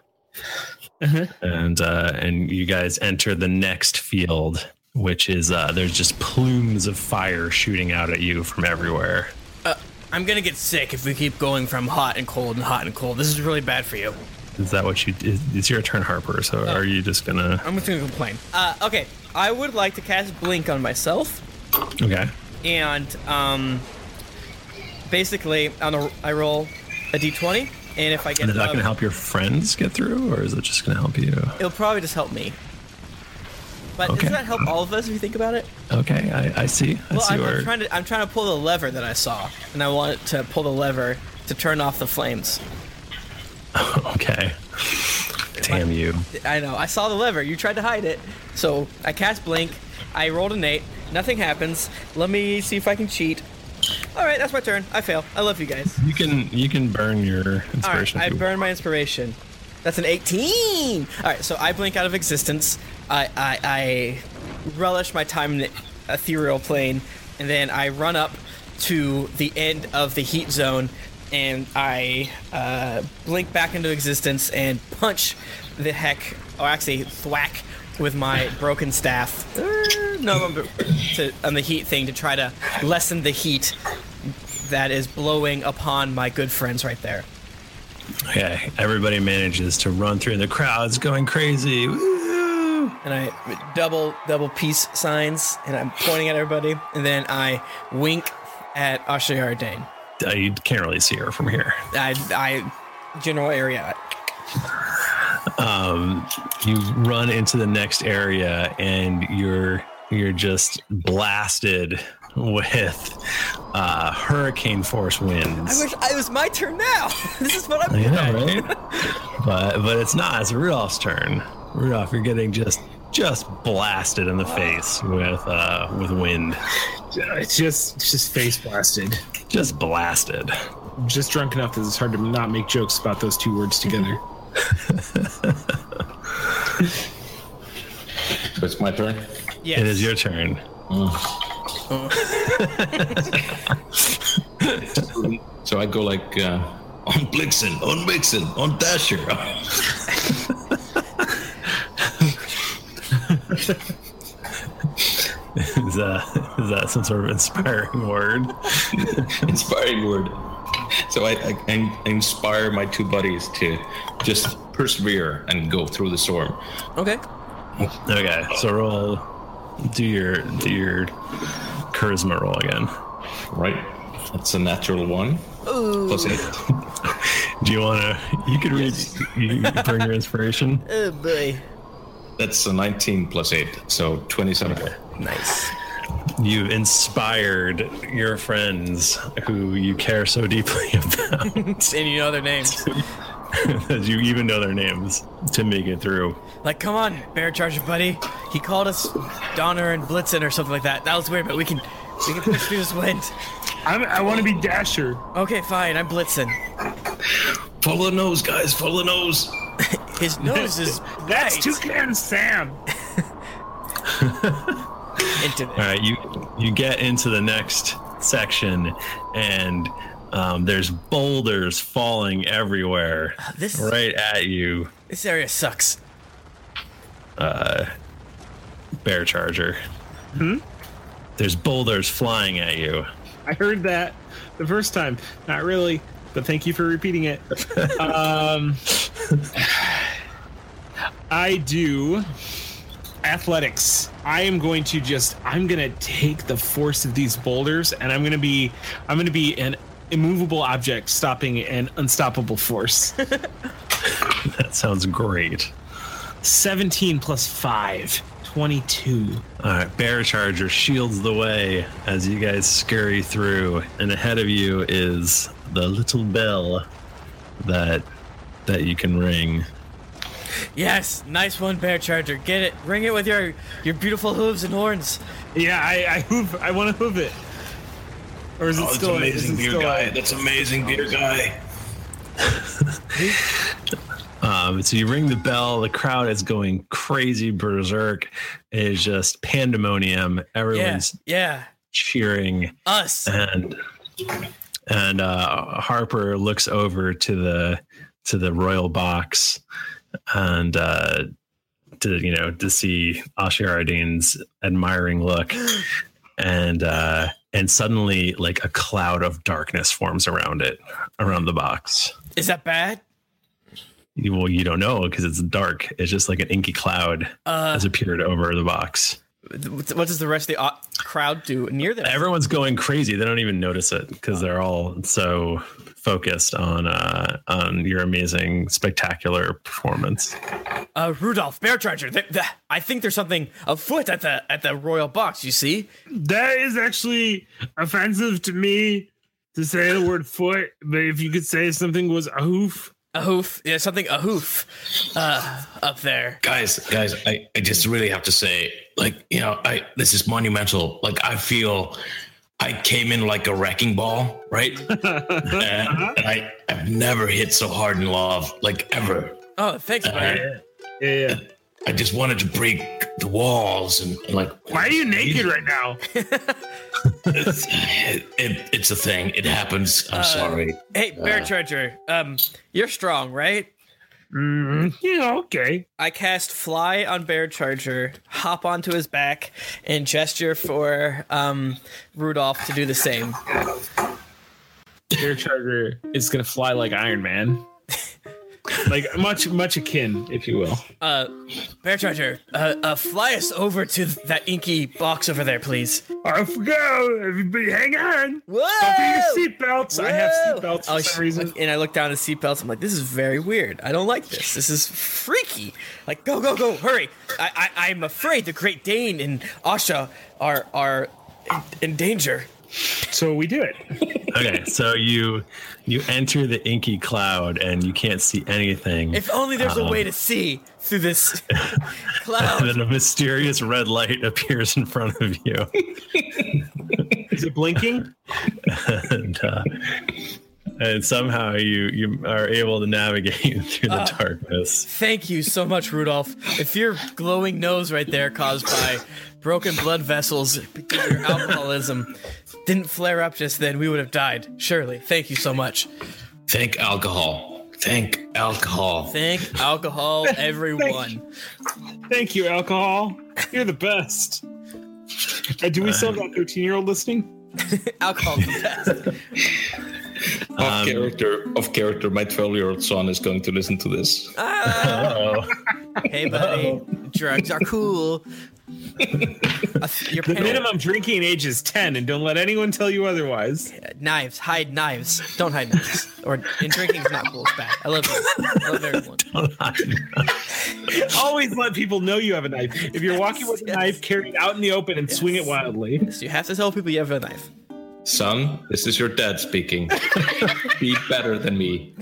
And uh and you guys enter the next field, which is uh there's just plumes of fire shooting out at you from everywhere. Uh, I'm gonna get sick if we keep going from hot and cold and hot and cold. This is really bad for you. Is that what you is, it's your turn, Harper, so are you just gonna Uh, I'm just gonna complain. Uh, okay, I would like to cast Blink on myself, Okay. and um, basically, on a, I roll a d20, and if I get And is that above, gonna help your friends get through or is it just gonna help you? it'll probably just help me. But Okay. doesn't that help all of us if you think about it? Okay, I, I see. I well, see I'm, I'm where trying to I'm trying to pull the lever that I saw, and I want to pull the lever to turn off the flames. Okay. Damn you. I know. I saw the lever. You tried to hide it. So I cast blink. I rolled an eight. Nothing happens. Let me see if I can cheat. All right, that's my turn. I fail. I love you guys. You can you can burn your All right, inspiration. I if you burn my inspiration. That's an 18. All right, so I blink out of existence. I I, I relish my time in the ethereal plane, and then I run up to the end of the heat zone, and I uh, blink back into existence and punch the heck, or actually thwack with my broken staff. Er, No, I'm- to, on the heat thing to try to lessen the heat that is blowing upon my good friends right there. Okay, everybody manages to run through, and the crowd's going crazy. and I double double peace signs, and I'm pointing at everybody, and then I wink at Asha Yardane. Uh, you can't really see her from here. I, I general area. Um, you run into the next area, and you're you're just blasted with uh, hurricane force winds. I wish I, it was my turn now. this is what I'm. I know, right? but but it's not. It's Rudolph's turn. Rudolph, you're getting just just blasted in the face with uh, with wind. It's just it's just face blasted. Just blasted. I'm just drunk enough that it's hard to not make jokes about those two words together. So it's my turn. Yes. It is your turn. so I go like uh, on Blixen, on Mixen, on Dasher. is that is that some sort of inspiring word? inspiring word. So I, I, I inspire my two buddies to just persevere and go through the storm. Okay. Okay, so roll. Do your do your charisma roll again. Right. That's a natural one. Ooh. Plus eight. Do you want to? You could read. You can bring your inspiration. Oh boy. That's a 19 plus eight, so 27. Nice. You've inspired your friends who you care so deeply about and you know their names. that you even know their names to make it through. Like, come on, Bear Charger buddy. He called us Donner and Blitzen or something like that. That was weird, but we can we can push through this wind. I'm, I want to be Dasher. Oh, Okay, fine. I'm Blitzen. Follow the nose, guys. Follow the nose. His nose is That's Toucan Sam. into All right, you you get into the next section, and um, there's boulders falling everywhere, This- right at you, this area sucks. uh, bear charger. Hmm? There's boulders flying at you. I heard that the first time. Not really, but thank you for repeating it. um, I do athletics. I am going to just I'm going to take the force of these boulders and I'm going to be I'm going to be an immovable object stopping an unstoppable force. That sounds great. 17 plus 5, 22. All right, Bear Charger shields the way as you guys scurry through, and ahead of you is the little bell that that you can ring. Yes, nice one, Bear Charger. Get it. Ring it with your your beautiful hooves and horns. Yeah, I, I hoof. I want to hoof it. Or is it oh, it's still amazing, is it beer still guy. out? That's amazing, beer guy. Um, so you ring the bell. The crowd is going crazy berserk. It is just pandemonium. Everyone's Yeah, cheering us and and uh, Harper looks over to the to the royal box and uh, to you know to see Ashiaradine's admiring look and uh, and suddenly like a cloud of darkness forms around it around the box. Is that bad? You- Well, you don't know because it's dark. It's just like an inky cloud Uh. has appeared over the box. What what does the rest of the au- crowd do near this? Everyone's going crazy. They don't even notice it because they're all so focused on uh, on your amazing, spectacular performance. Uh, Rudolph, Bear Charger. Th- th- I think there's something afoot at the at the royal box. You see? That is actually offensive to me to say the word foot, but if you could say something was a hoof. A hoof. Yeah, something a hoof. Uh, up there. Guys, guys, I, I just really have to say, like, you know, I this is monumental. Like, I feel I came in like a wrecking ball, right? and, and I, I've never hit so hard in love, like ever. Oh, thanks, man. Yeah, yeah. I just wanted to break the walls and, and, like Why are you naked right now? it's, it, it- it's a thing. It happens. I'm Uh, sorry. Hey, Bear Uh, Charger. Um, you're strong, right? Mm, yeah, okay. I cast fly on Bear Charger, hop onto his back, and gesture for um Rudolph to do the same. Air Charger is gonna fly like Iron Man. like much much akin, if you will. Uh, Bear Charger, uh, uh, fly us over to that inky box over there, please. Off we go, everybody. Hang on. Whoa! Don't forget your seatbelts. I have Whoa! Oh, seatbelts for I some was- reason. And I look down at seatbelts. I'm like, this is very weird. I don't like this. This is freaky. Like, go, go, go, hurry. I, I, I'm afraid the Great Dane and Asha are are in, in danger. So we do it. Okay, so you you enter the inky cloud and you can't see anything. If only there's a Um, way to see through this And cloud. then a mysterious red light appears in front of you. Is it blinking? and, uh, and somehow you you are able to navigate through the Uh, darkness. Thank you so much, Rudolph. If your glowing nose right there, caused by broken blood vessels, because of your alcoholism, didn't flare up just then, we would have died. Surely. Thank you so much. Thank alcohol. Thank alcohol. Thank alcohol, everyone. Thank you, alcohol. You're the best. Uh, do we still have that 13 year old listening? alcohol. off character, off character. My twelve-year-old son is going to listen to this. Uh. hey, buddy. Drugs are cool. Uh, The your parents- minimum drinking age is 10, and don't let anyone tell you otherwise. Knives. Hide knives. Don't hide knives. Or in drinking is not cool. It's bad. I love you. I love everyone. Always let people know you have a knife. If you're walking with a knife, carry it out in the open and swing it wildly. You have to tell people you have a knife. Son, this is your dad speaking. Be better than me.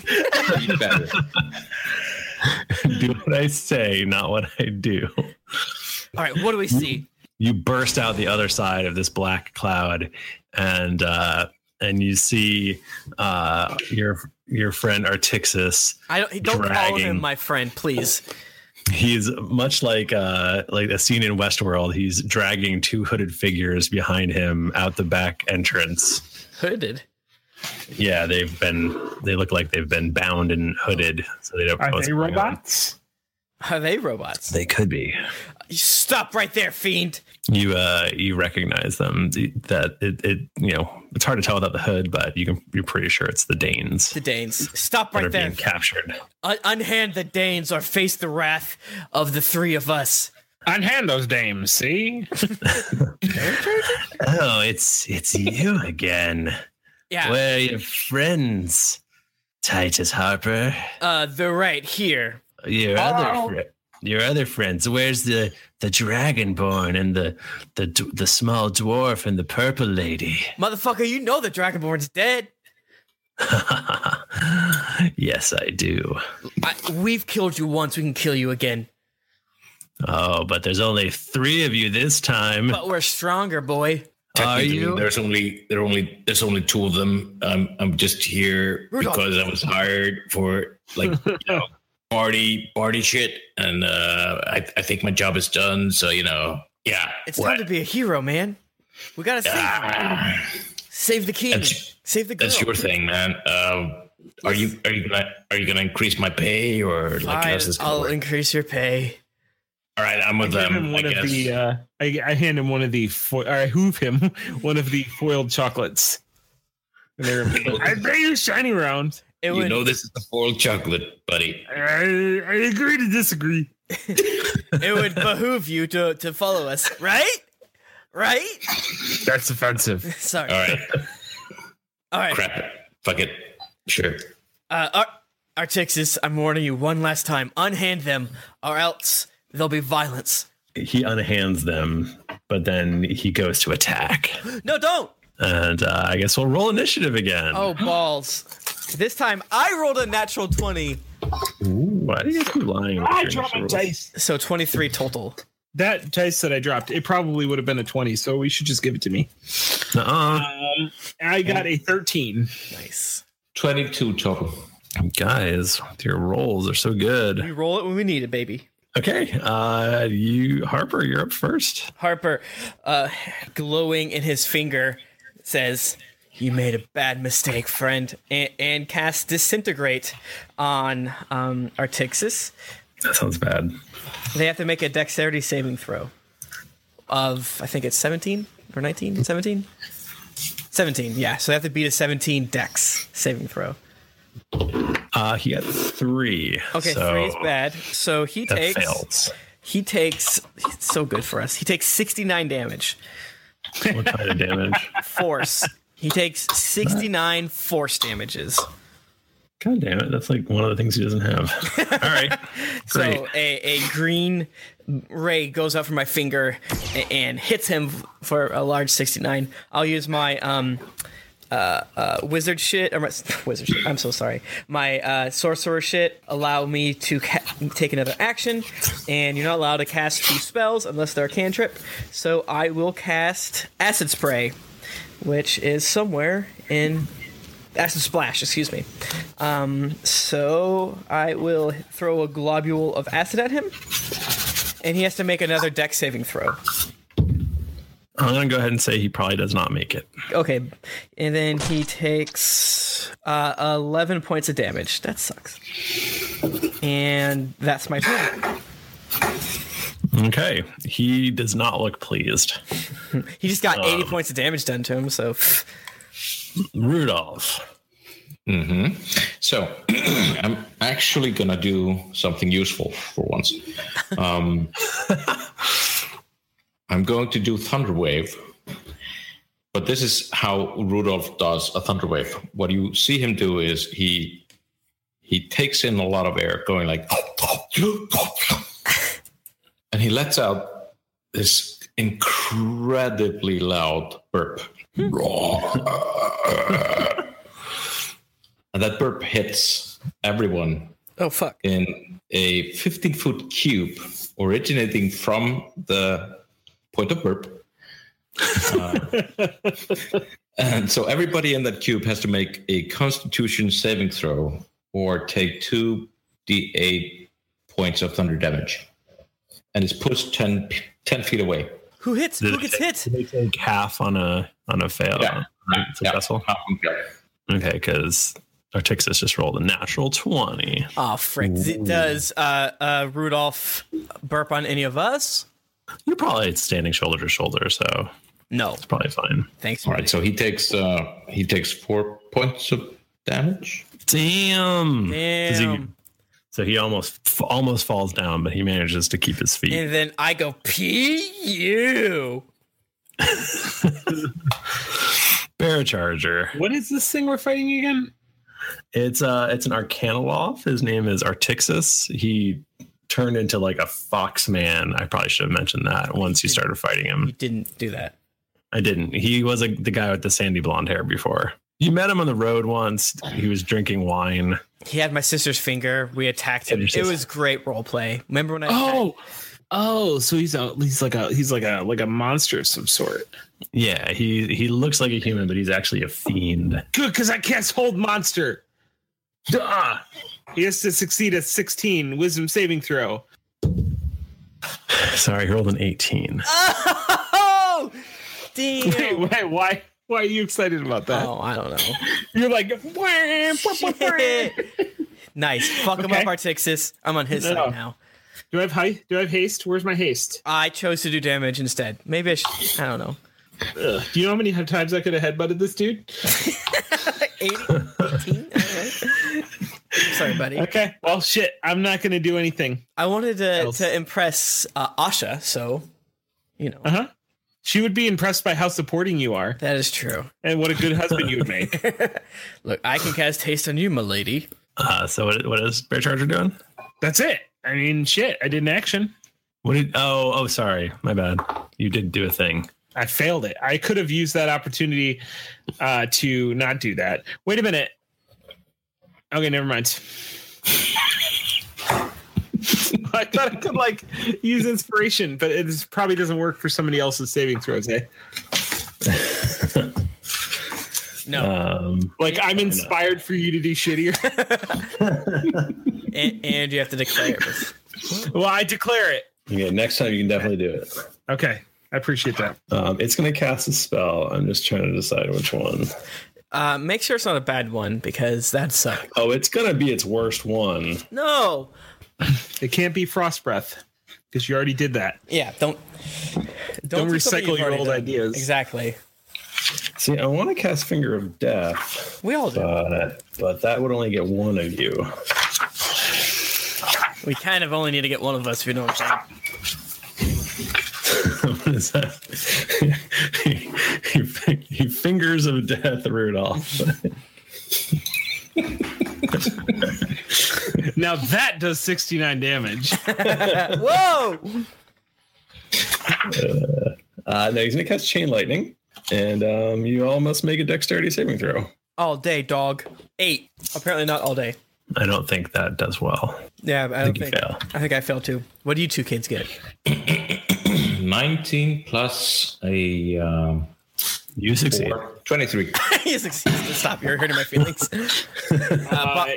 Be better. do what I say, not what I do. All right, what do we see? You burst out the other side of this black cloud, and uh, and you see uh, your your friend Artixis. I don't, don't call him dragging- my friend, please. He's much like uh, like a scene in Westworld. He's dragging two hooded figures behind him out the back entrance. Hooded. Yeah, they've been they look like they've been bound and hooded, so they don't. know what's going on. Are they robots? They could be. Stop right there, fiend. you uh you recognize them The- that it, it you know it's hard to tell without the hood but you can you're pretty sure it's the danes The Danes. Stop that are right there. being captured Un- unhand the Danes or face the wrath of the three of us. Unhand those dames, see? Oh, it's it's you again. Yeah. Where are your friends? Titus Harper. Uh, they're right here. Your Hello? other fri your other friends. Where's the the dragonborn and the the d- the small dwarf and the purple lady? Motherfucker, you know the Dragonborn's dead. Yes, I do. I, we've killed you once. We can kill you again. Oh, but there's only three of you this time. But we're stronger, boy. Technically, There's only there are only there's only two of them. I'm I'm just here Rudolph. because I was hired for like you know, party party shit, and uh, I I think my job is done. So you know, yeah. It's time to be a hero, man. We gotta save him. Save the king. save the girl. Ah, That's your thing, man. Um, are you are you gonna are you gonna increase my pay or like Fine, how's this gonna I'll work? increase your pay. All right, I'm with I hand them. him one I of guess. the uh, I, I hand him one of the fo- or I hoove him one of the foiled chocolates. And they're I pay you shiny round. you know this is the foil chocolate, buddy. I, I agree to disagree. it would behoove you to, to follow us, right? Right? That's offensive. Sorry. All right, All right. crap it, fuck it, sure. Uh, Ar- Artixis, I'm warning you one last time. Unhand them, or else there'll be violence. He unhands them, but then he goes to attack. No, don't. And uh, I guess we'll roll initiative again. Oh balls! This time I rolled a natural twenty. Why do you keep lying? with your initial rolls? So twenty three total. That dice that I dropped, it probably would have been a twenty. So we should just give it to me. Um, I got a thirteen. Nice. Twenty-two total. Guys, your rolls are so good. We roll it when we need it, baby. Okay, uh, you Harper, you're up first. Harper, uh, glowing in his finger, says, "You made a bad mistake, friend," and, and casts disintegrate on um, Artixis. That sounds bad. They have to make a dexterity saving throw of I think it's 17 or 19, 17. 17, yeah. So they have to beat a 17 dex saving throw. Uh, he got three. Okay, so three is bad. So he that takes fails. he takes he's so good for us. He takes 69 damage. What kind of damage? Force. He takes 69 force damages. God damn it! That's like one of the things he doesn't have. Great. So eh. a, a green ray goes out from my finger a- and hits him for a large 69. I'll use my um uh, uh wizard shit or my wizard shit. I'm so sorry. My uh sorcerer shit allow me to ca- take another action and you're not allowed to cast two spells unless they're a cantrip. So I will cast acid spray which is somewhere in acid splash excuse me um, so i will throw a globule of acid at him and he has to make another deck saving throw I'm gonna go ahead and say he probably does not make it. okay and then he takes uh, 11 points of damage that sucks and that's my turn Okay, he does not look pleased. he just got 80 Um. points of damage done to him so Rudolph. hmm So I'm actually gonna do something useful for once. Um, I'm going to do thunder wave, but this is how Rudolph does a thunder wave. What you see him do is he he takes in a lot of air, going like, and he lets out this incredibly loud burp. and that burp hits everyone. Oh fuck! In a 15 foot cube originating from the point of burp. Uh, and so everybody in that cube has to make a constitution saving throw or take 2d8 points of thunder damage. And it's pushed 10, p- 10 feet away. Who hits? Who gets hit? Did they take half on a on a fail? Yeah. on a Successful. Okay, because Artixis just rolled a natural twenty. oh frick Ooh. does uh, uh, rudolph burp on any of us You're probably standing shoulder to shoulder, so no, it's probably fine. Thanks. All right, so he takes uh, he takes four points of damage. Damn. Damn. So he almost f- almost falls down, but he manages to keep his feet. And then I go, P you. Baracharger. What is this thing we're fighting again? It's uh it's an Arcanoloth. His name is Artixis. He turned into like a fox man. I probably should have mentioned that once you started fighting him. You didn't do that. I didn't. He was a, the guy with the sandy blonde hair before. You met him on the road once. He was drinking wine. He had my sister's finger. We attacked him. It was great role play. Remember when I Oh, oh, so he's a, he's like a he's like a like a monster of some sort. Yeah, he he looks like a human, but he's actually a fiend. Good, because I cast hold monster. Duh. He has to succeed a sixteen wisdom saving throw. Sorry, he rolled an eighteen. Oh, damn! Wait, wait, why? Why are you excited about that? Oh, I don't know. You're like, "Wah, wah, wah, wah." Nice. Fuck him Okay. up, Artixis. I'm on his No. side now. do I have hi- do I have haste? Where's my haste? I chose to do damage instead. Maybe I should. I don't know. Ugh. Do you know how many times I could have headbutted this dude? 18? Sorry, buddy. Okay. Well, shit. I'm not going to do anything. I wanted to, to impress uh, Asha, so, you know. Uh huh. She would be impressed by how supporting you are. That is true. And what a good husband you would make. Look, I can cast haste on you, milady. Uh, so what, what is Bear Charger doing? That's it. I mean, shit. I did an action. What did? Oh, oh, sorry, my bad. You did do a thing. I failed it. I could have used that opportunity uh, to not do that. Wait a minute. Okay, never mind. I thought I could like use inspiration, but it is, probably doesn't work for somebody else's saving throws. Eh? No. Um, like I'm inspired for you to do shittier. and, and you have to declare it. with- well, I declare it. Okay, next time you can definitely do it. Okay, I appreciate that. Um, it's going to cast a spell. I'm just trying to decide which one. Uh, make sure it's not a bad one because that sucks. Oh, it's going to be its worst one. No. It can't be frost breath because you already did that. Yeah, don't Don't do something recycle you've your already old ideas. Exactly. See, I want to cast Finger of Death. We all do. But, but that would only get one of you. We kind of only need to get one of us if you know what I'm saying. what is that? he, he fi- he fingers of death Rudolph. Now that does 69 damage. Whoa! uh, uh, no, he's going to cast Chain Lightning. And um, you all must make a dexterity saving throw. All day, dog. Eight. Apparently not all day. I don't think that does well. Yeah, I don't think you think. I think I failed too. What do you two kids get? 19 plus a. Um, you succeed. 23. he succeeds to stop. You're hurting my feelings. Uh,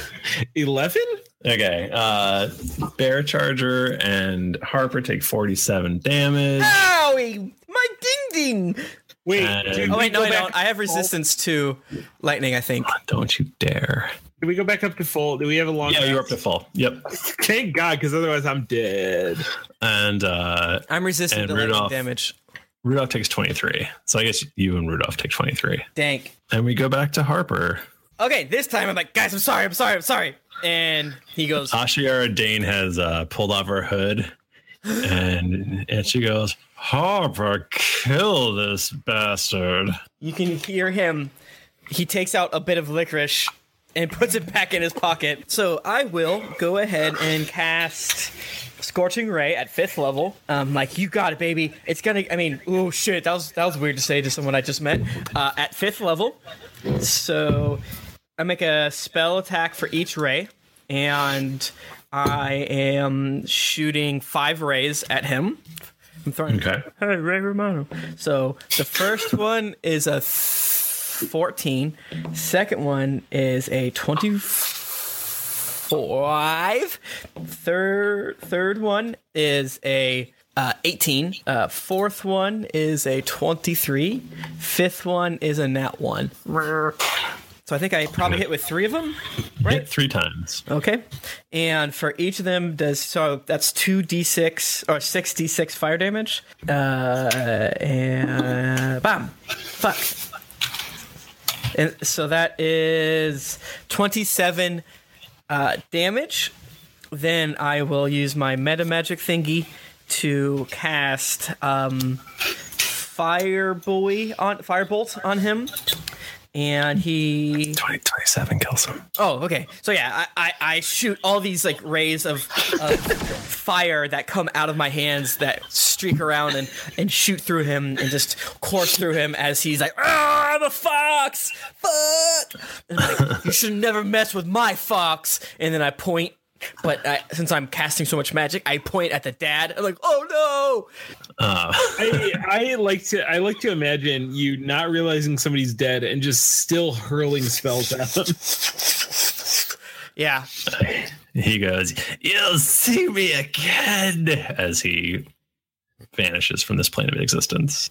Eleven. Okay. Uh, Bear Charger and Harper take forty-seven damage. Ah! Owie! My ding ding! Wait. And- oh, wait, no, I don't. I have resistance to lightning, I think. Don't you dare. Can we go back up to full? Do we have a long? Yeah, you're up to full. Yep. Thank God, because otherwise I'm dead. And uh, I'm and resistant to lightning damage. Rudolph takes twenty-three. So I guess you and Rudolph take twenty-three. Dank. And we go back to Harper. Okay, this time I'm like, guys, I'm sorry, I'm sorry, I'm sorry. And he goes, Ashiara Dane has uh, pulled off her hood, and and she goes, "Harper, kill this bastard." You can hear him. He takes out a bit of licorice and puts it back in his pocket. So I will go ahead and cast Scorching Ray at fifth level. Um, like you got it, baby. It's gonna. I mean, oh shit, that was that was weird to say to someone I just met. Uh, at fifth level, so I make a spell attack for each ray, and I am shooting five rays at him. I'm throwing. Okay. Hey, Ray Romano. So the first one is a 14. Second one is a 25. Third, third one is a uh, 18. Uh, fourth one is a 23. Fifth one is a nat 1. So I think I probably hit with three of them. Hit three times. Okay. And for each of them does so that's 2d6 or 6d6 fire damage. Uh and bam. Fuck. And so that is 27 uh damage then I will use my meta magic thingy to cast um, fire buoy on firebolt on him, and he 20, 27 kills him. Oh, okay. So yeah, I, I, I shoot all these like rays of, of fire that come out of my hands that streak around and, and shoot through him and just course through him as he's like, "Ah, I'm a fox, fuck!" And I'm like, you should never mess with my fox. And then I point, but I, since I'm casting so much magic, I point at the dad. I'm like, "Oh I, I like to I like to imagine you not realizing somebody's dead and just still hurling spells at them. no!" Yeah. He goes, You'll see me again as he vanishes from this plane of existence.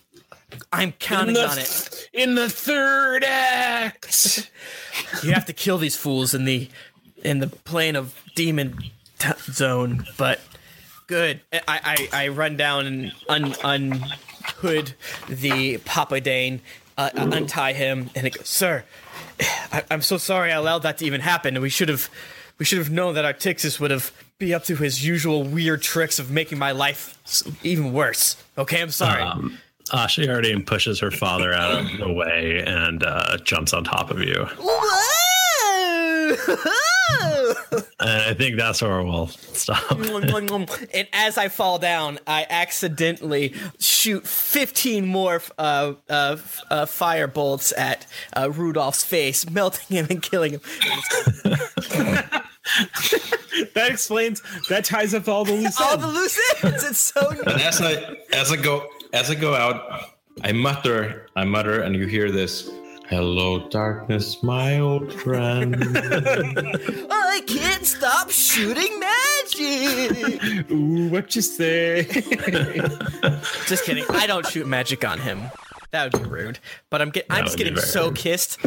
I'm counting the on it. In the third act, you have to kill these fools in the in the plane of demon t- zone. But good, I, I I run down and un unhood the Papa Dane, uh, uh, untie him, and it goes, sir. I, I'm so sorry I allowed that to even happen. We should have we should have known that Artixis would have be up to his usual weird tricks of making my life s- even worse. Okay, I'm sorry. Um, Asha Yardane pushes her father out of the way and uh, jumps on top of you. And I think that's where we'll stop. and as I fall down, I accidentally shoot 15 more uh, uh, uh, fire bolts at uh, Rudolph's face, melting him and killing him. that explains that ties up all the loose All the loose ends. It's so And as I as I go as I go out, I mutter, I mutter, and you hear this. Hello, darkness, my old friend. I can't stop shooting magic. Ooh, what you say? just kidding. I don't shoot magic on him. That would be rude. But I'm get- I'm That just would be getting very so kissed.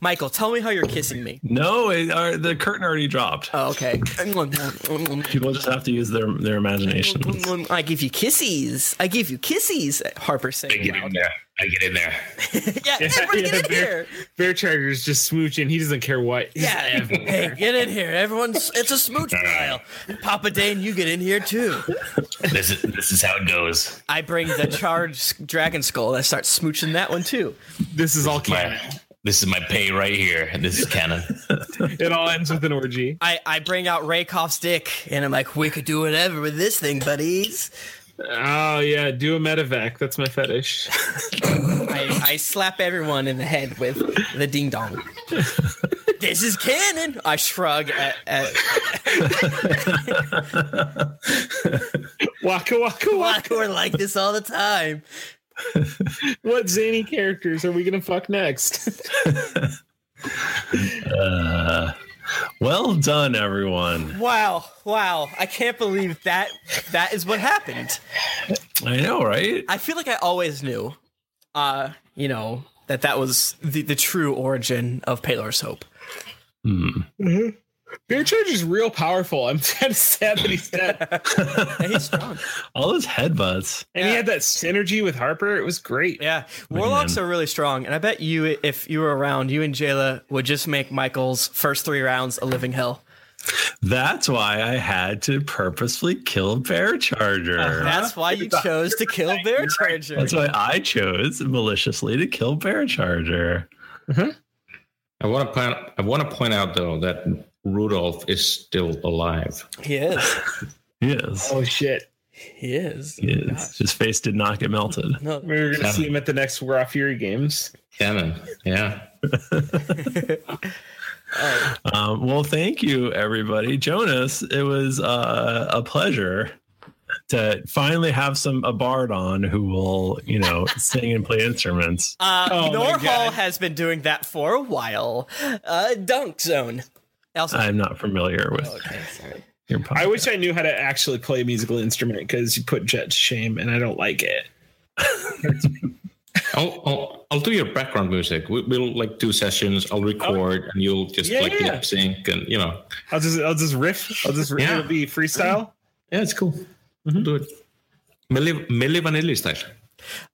Michael, tell me how you're kissing me. No, it, uh, the curtain already dropped. Oh, okay. People just have to use their, their imagination. I give you kisses. I give you kisses. Harper saying. I get in there. I get in there. yeah, everybody get in here. Bear Charger's just smooching. He doesn't care what. Yeah, hey, get in here. Everyone's it's a smooch trial. Papa Dane, you get in here too. this is this is how it goes. I bring the charged dragon skull and I start smooching that one too. This is all canon. This is my pay right here. This is canon. it all ends with an orgy. I, I bring out Raykoff's dick and I'm like, we could do whatever with this thing, buddies. Oh yeah, do a medevac. That's my fetish. I, I slap everyone in the head with the ding dong. this is canon. I shrug at, at Waka waka waka. We're like this all the time. what zany characters are we gonna fuck next? Uh, well done, everyone. Wow, wow. I can't believe that that is what happened. I know, right? I feel like I always knew, uh, you know, that that was the, the true origin of Palor's Hope. hmm Bear Charger's real powerful. I'm kind of sad that he's dead. he's strong. All those headbutts. And he had that synergy with Harper. It was great. Yeah. Warlocks are really strong, and I bet you, if you were around, you and Jayla would just make Michael's first three rounds a living hell. That's why I had to purposefully kill Bear Charger. Uh-huh. That's why you chose to kill Bear Charger. Uh-huh. That's why I chose maliciously to kill Bear Charger. I want to point. I want to point out though that Rudolph is still alive. He is. Yes. Oh shit. He is. Yes. His face did not get melted. No. We were gonna Seven. see him at the next Raw Fury games. Canon. Yeah. Um, well, thank you, everybody. Jonas, it was uh, a pleasure to finally have some a bard on who will, you know, sing and play instruments. Uh, Oh my Norhall God. has been doing that for a while. Uh, Dunk Zone. Also, I'm not familiar with. I wish I knew how to actually play a musical instrument because you put Jet to shame, and I don't like it. I'll, I'll, I'll do your background music. We, we'll like do sessions. Oh, I'll record, and you'll just Yeah, like yeah. lip sync, and you know. I'll just I'll just riff. I'll just Yeah. it'll be freestyle. Yeah, it's cool. Hmm. Do it. Milli, Milli Vanilli style.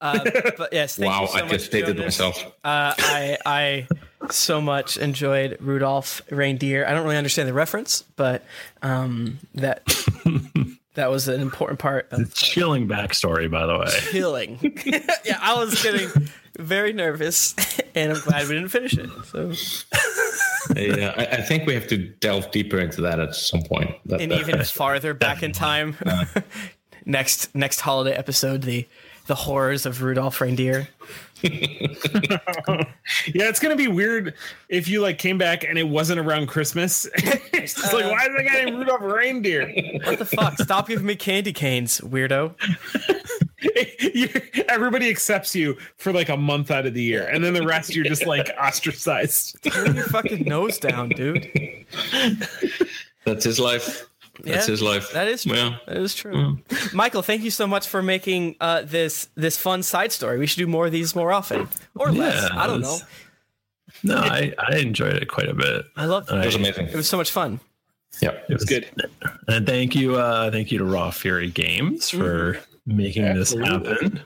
uh, but yes, thank wow, you so I much, just dated Jonas. myself. Uh, I I so much enjoyed Rudolph Reindeer. I don't really understand the reference, but um, that that was an important part of Chilling backstory, by the way. killing. yeah, I was getting very nervous, and I'm glad we didn't finish it. So, yeah, I, I think we have to delve deeper into that at some point. That, and that- even farther back in time, next next holiday episode, the the horrors of Rudolph Reindeer. yeah, it's gonna be weird if you like came back and it wasn't around Christmas. it's just Uh. like, why is that guy named Rudolph Reindeer? What the fuck? Stop giving me candy canes, weirdo. You- Everybody accepts you for like a month out of the year, and then the rest you're just like ostracized. Turn your fucking nose down, dude. That's his life. That's Yeah, his life. That is true. Yeah. That is true. Michael, thank you so much for making uh, this this fun side story. We should do more of these more often, or less. Yeah, I don't know. it's- No, I, I enjoyed it quite a bit. I loved it. I- It was so much fun. Yeah, it was good. And thank you, uh, thank you to Raw Fury Games for making this happen.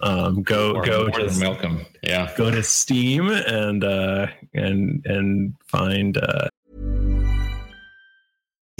Um, go More- go more to than welcome. Yeah, go to Steam and uh, and and find uh,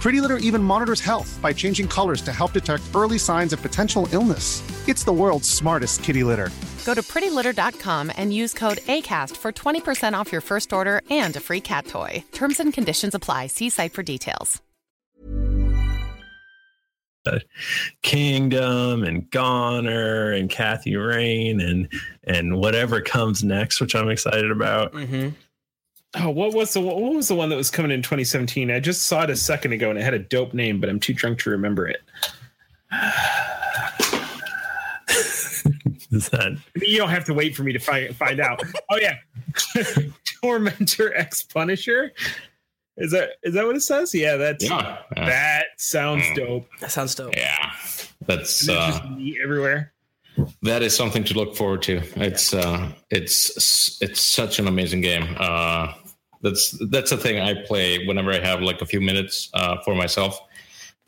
Pretty Litter even monitors health by changing colors to help detect early signs of potential illness. It's the world's smartest kitty litter. Go to prettylitter.com and use code ACAST for 20% off your first order and a free cat toy. Terms and conditions apply. See site for details. uh, Kingdom and Goner and Kathy Rain and and whatever comes next, which I'm excited about. Oh, what was the what was the one that was coming in 2017? I just saw it a second ago and it had a dope name, but I'm too drunk to remember it. Is that You don't have to wait for me to find find out. Oh yeah, Tormentor X Punisher. Is that is that what it says? Yeah, that's Yeah. Mm. that sounds dope. That sounds dope. Yeah, that's There's uh, just meat everywhere. that is something to look forward to. It's uh, it's it's such an amazing game. Uh, that's that's the thing I play whenever I have like a few minutes uh, for myself.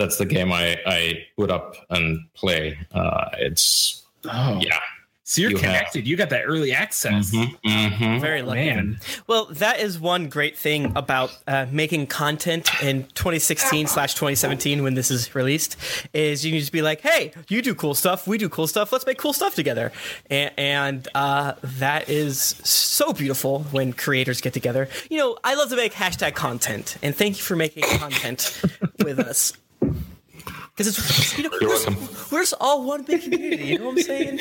That's the game I I put up and play. Uh, it's Oh yeah. So you're You have- Mm-hmm. connected. You got that early access. Very lucky. Man. Well, that is one great thing about uh, making content in 2016 slash 2017 when this is released is you can just be like, hey, you do cool stuff, we do cool stuff, let's make cool stuff together, and, and uh, that is so beautiful when creators get together. You know, I love to make hashtag content, and thank you for making content with us. Because it's you know, You're welcome. we're just all one big community. You know what I'm saying?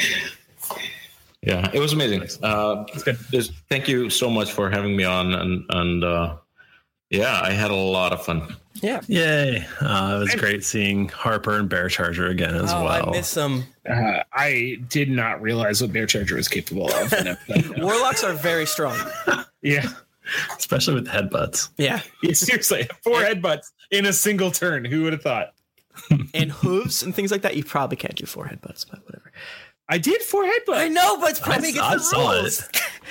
Yeah, it was amazing. Uh, just thank you so much for having me on, and and uh, yeah, I had a lot of fun. Yeah. Yay. Uh, it was great seeing Harper and Bear Charger again as Oh, well. them. Uh, I did not realize what Bear Charger was capable of. Warlocks are very strong. yeah. Especially with headbutts. Yeah. seriously, four headbutts in a single turn. Who would have thought? and hooves and things like that. You probably can't do four headbutts, but whatever. I did four headbutts. I know, but it's probably against the rules.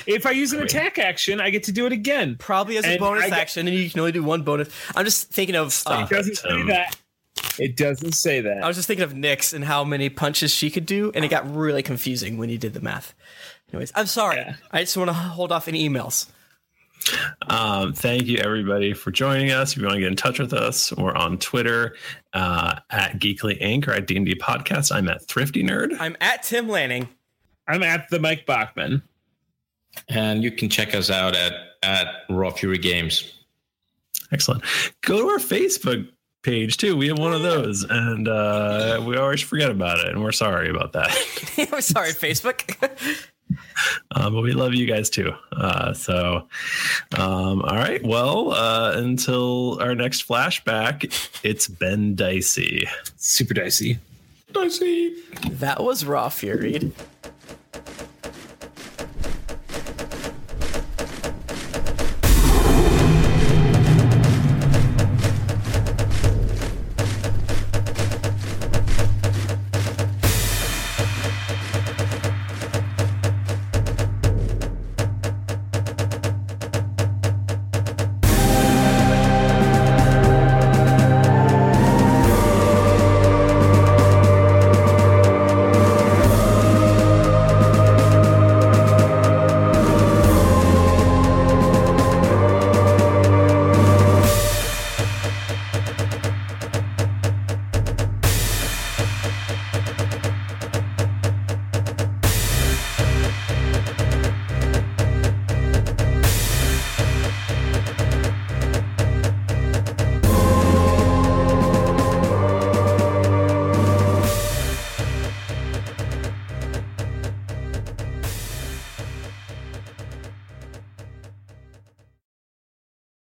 If I use an attack action, I get to do it again. Probably as a bonus action, and you can only do one bonus. I'm just thinking of. uh, Stop It doesn't say um, that. It doesn't say that. Oh. I was just thinking of Nyx and how many punches she could do, and it got really confusing when you did the math. Anyways, I'm sorry. I just want to hold off any emails. Um, thank you, everybody, for joining us. If you want to get in touch with us, we're on Twitter uh, at Geekly Inc. or at D&D Podcast. I'm at Thrifty Nerd. I'm at Tim Lanning. I'm at the Mike Bachman. And you can check us out at at Raw Fury Games. Excellent. Go to our Facebook page, too. We have one of those, and uh, we always forget about it, and we're sorry about that. I'm sorry, Facebook. Uh, but we love you guys too. Uh, so, um, all right. Well, uh, until our next flashback, it's been dicey. Super dicey. That was raw, Fury.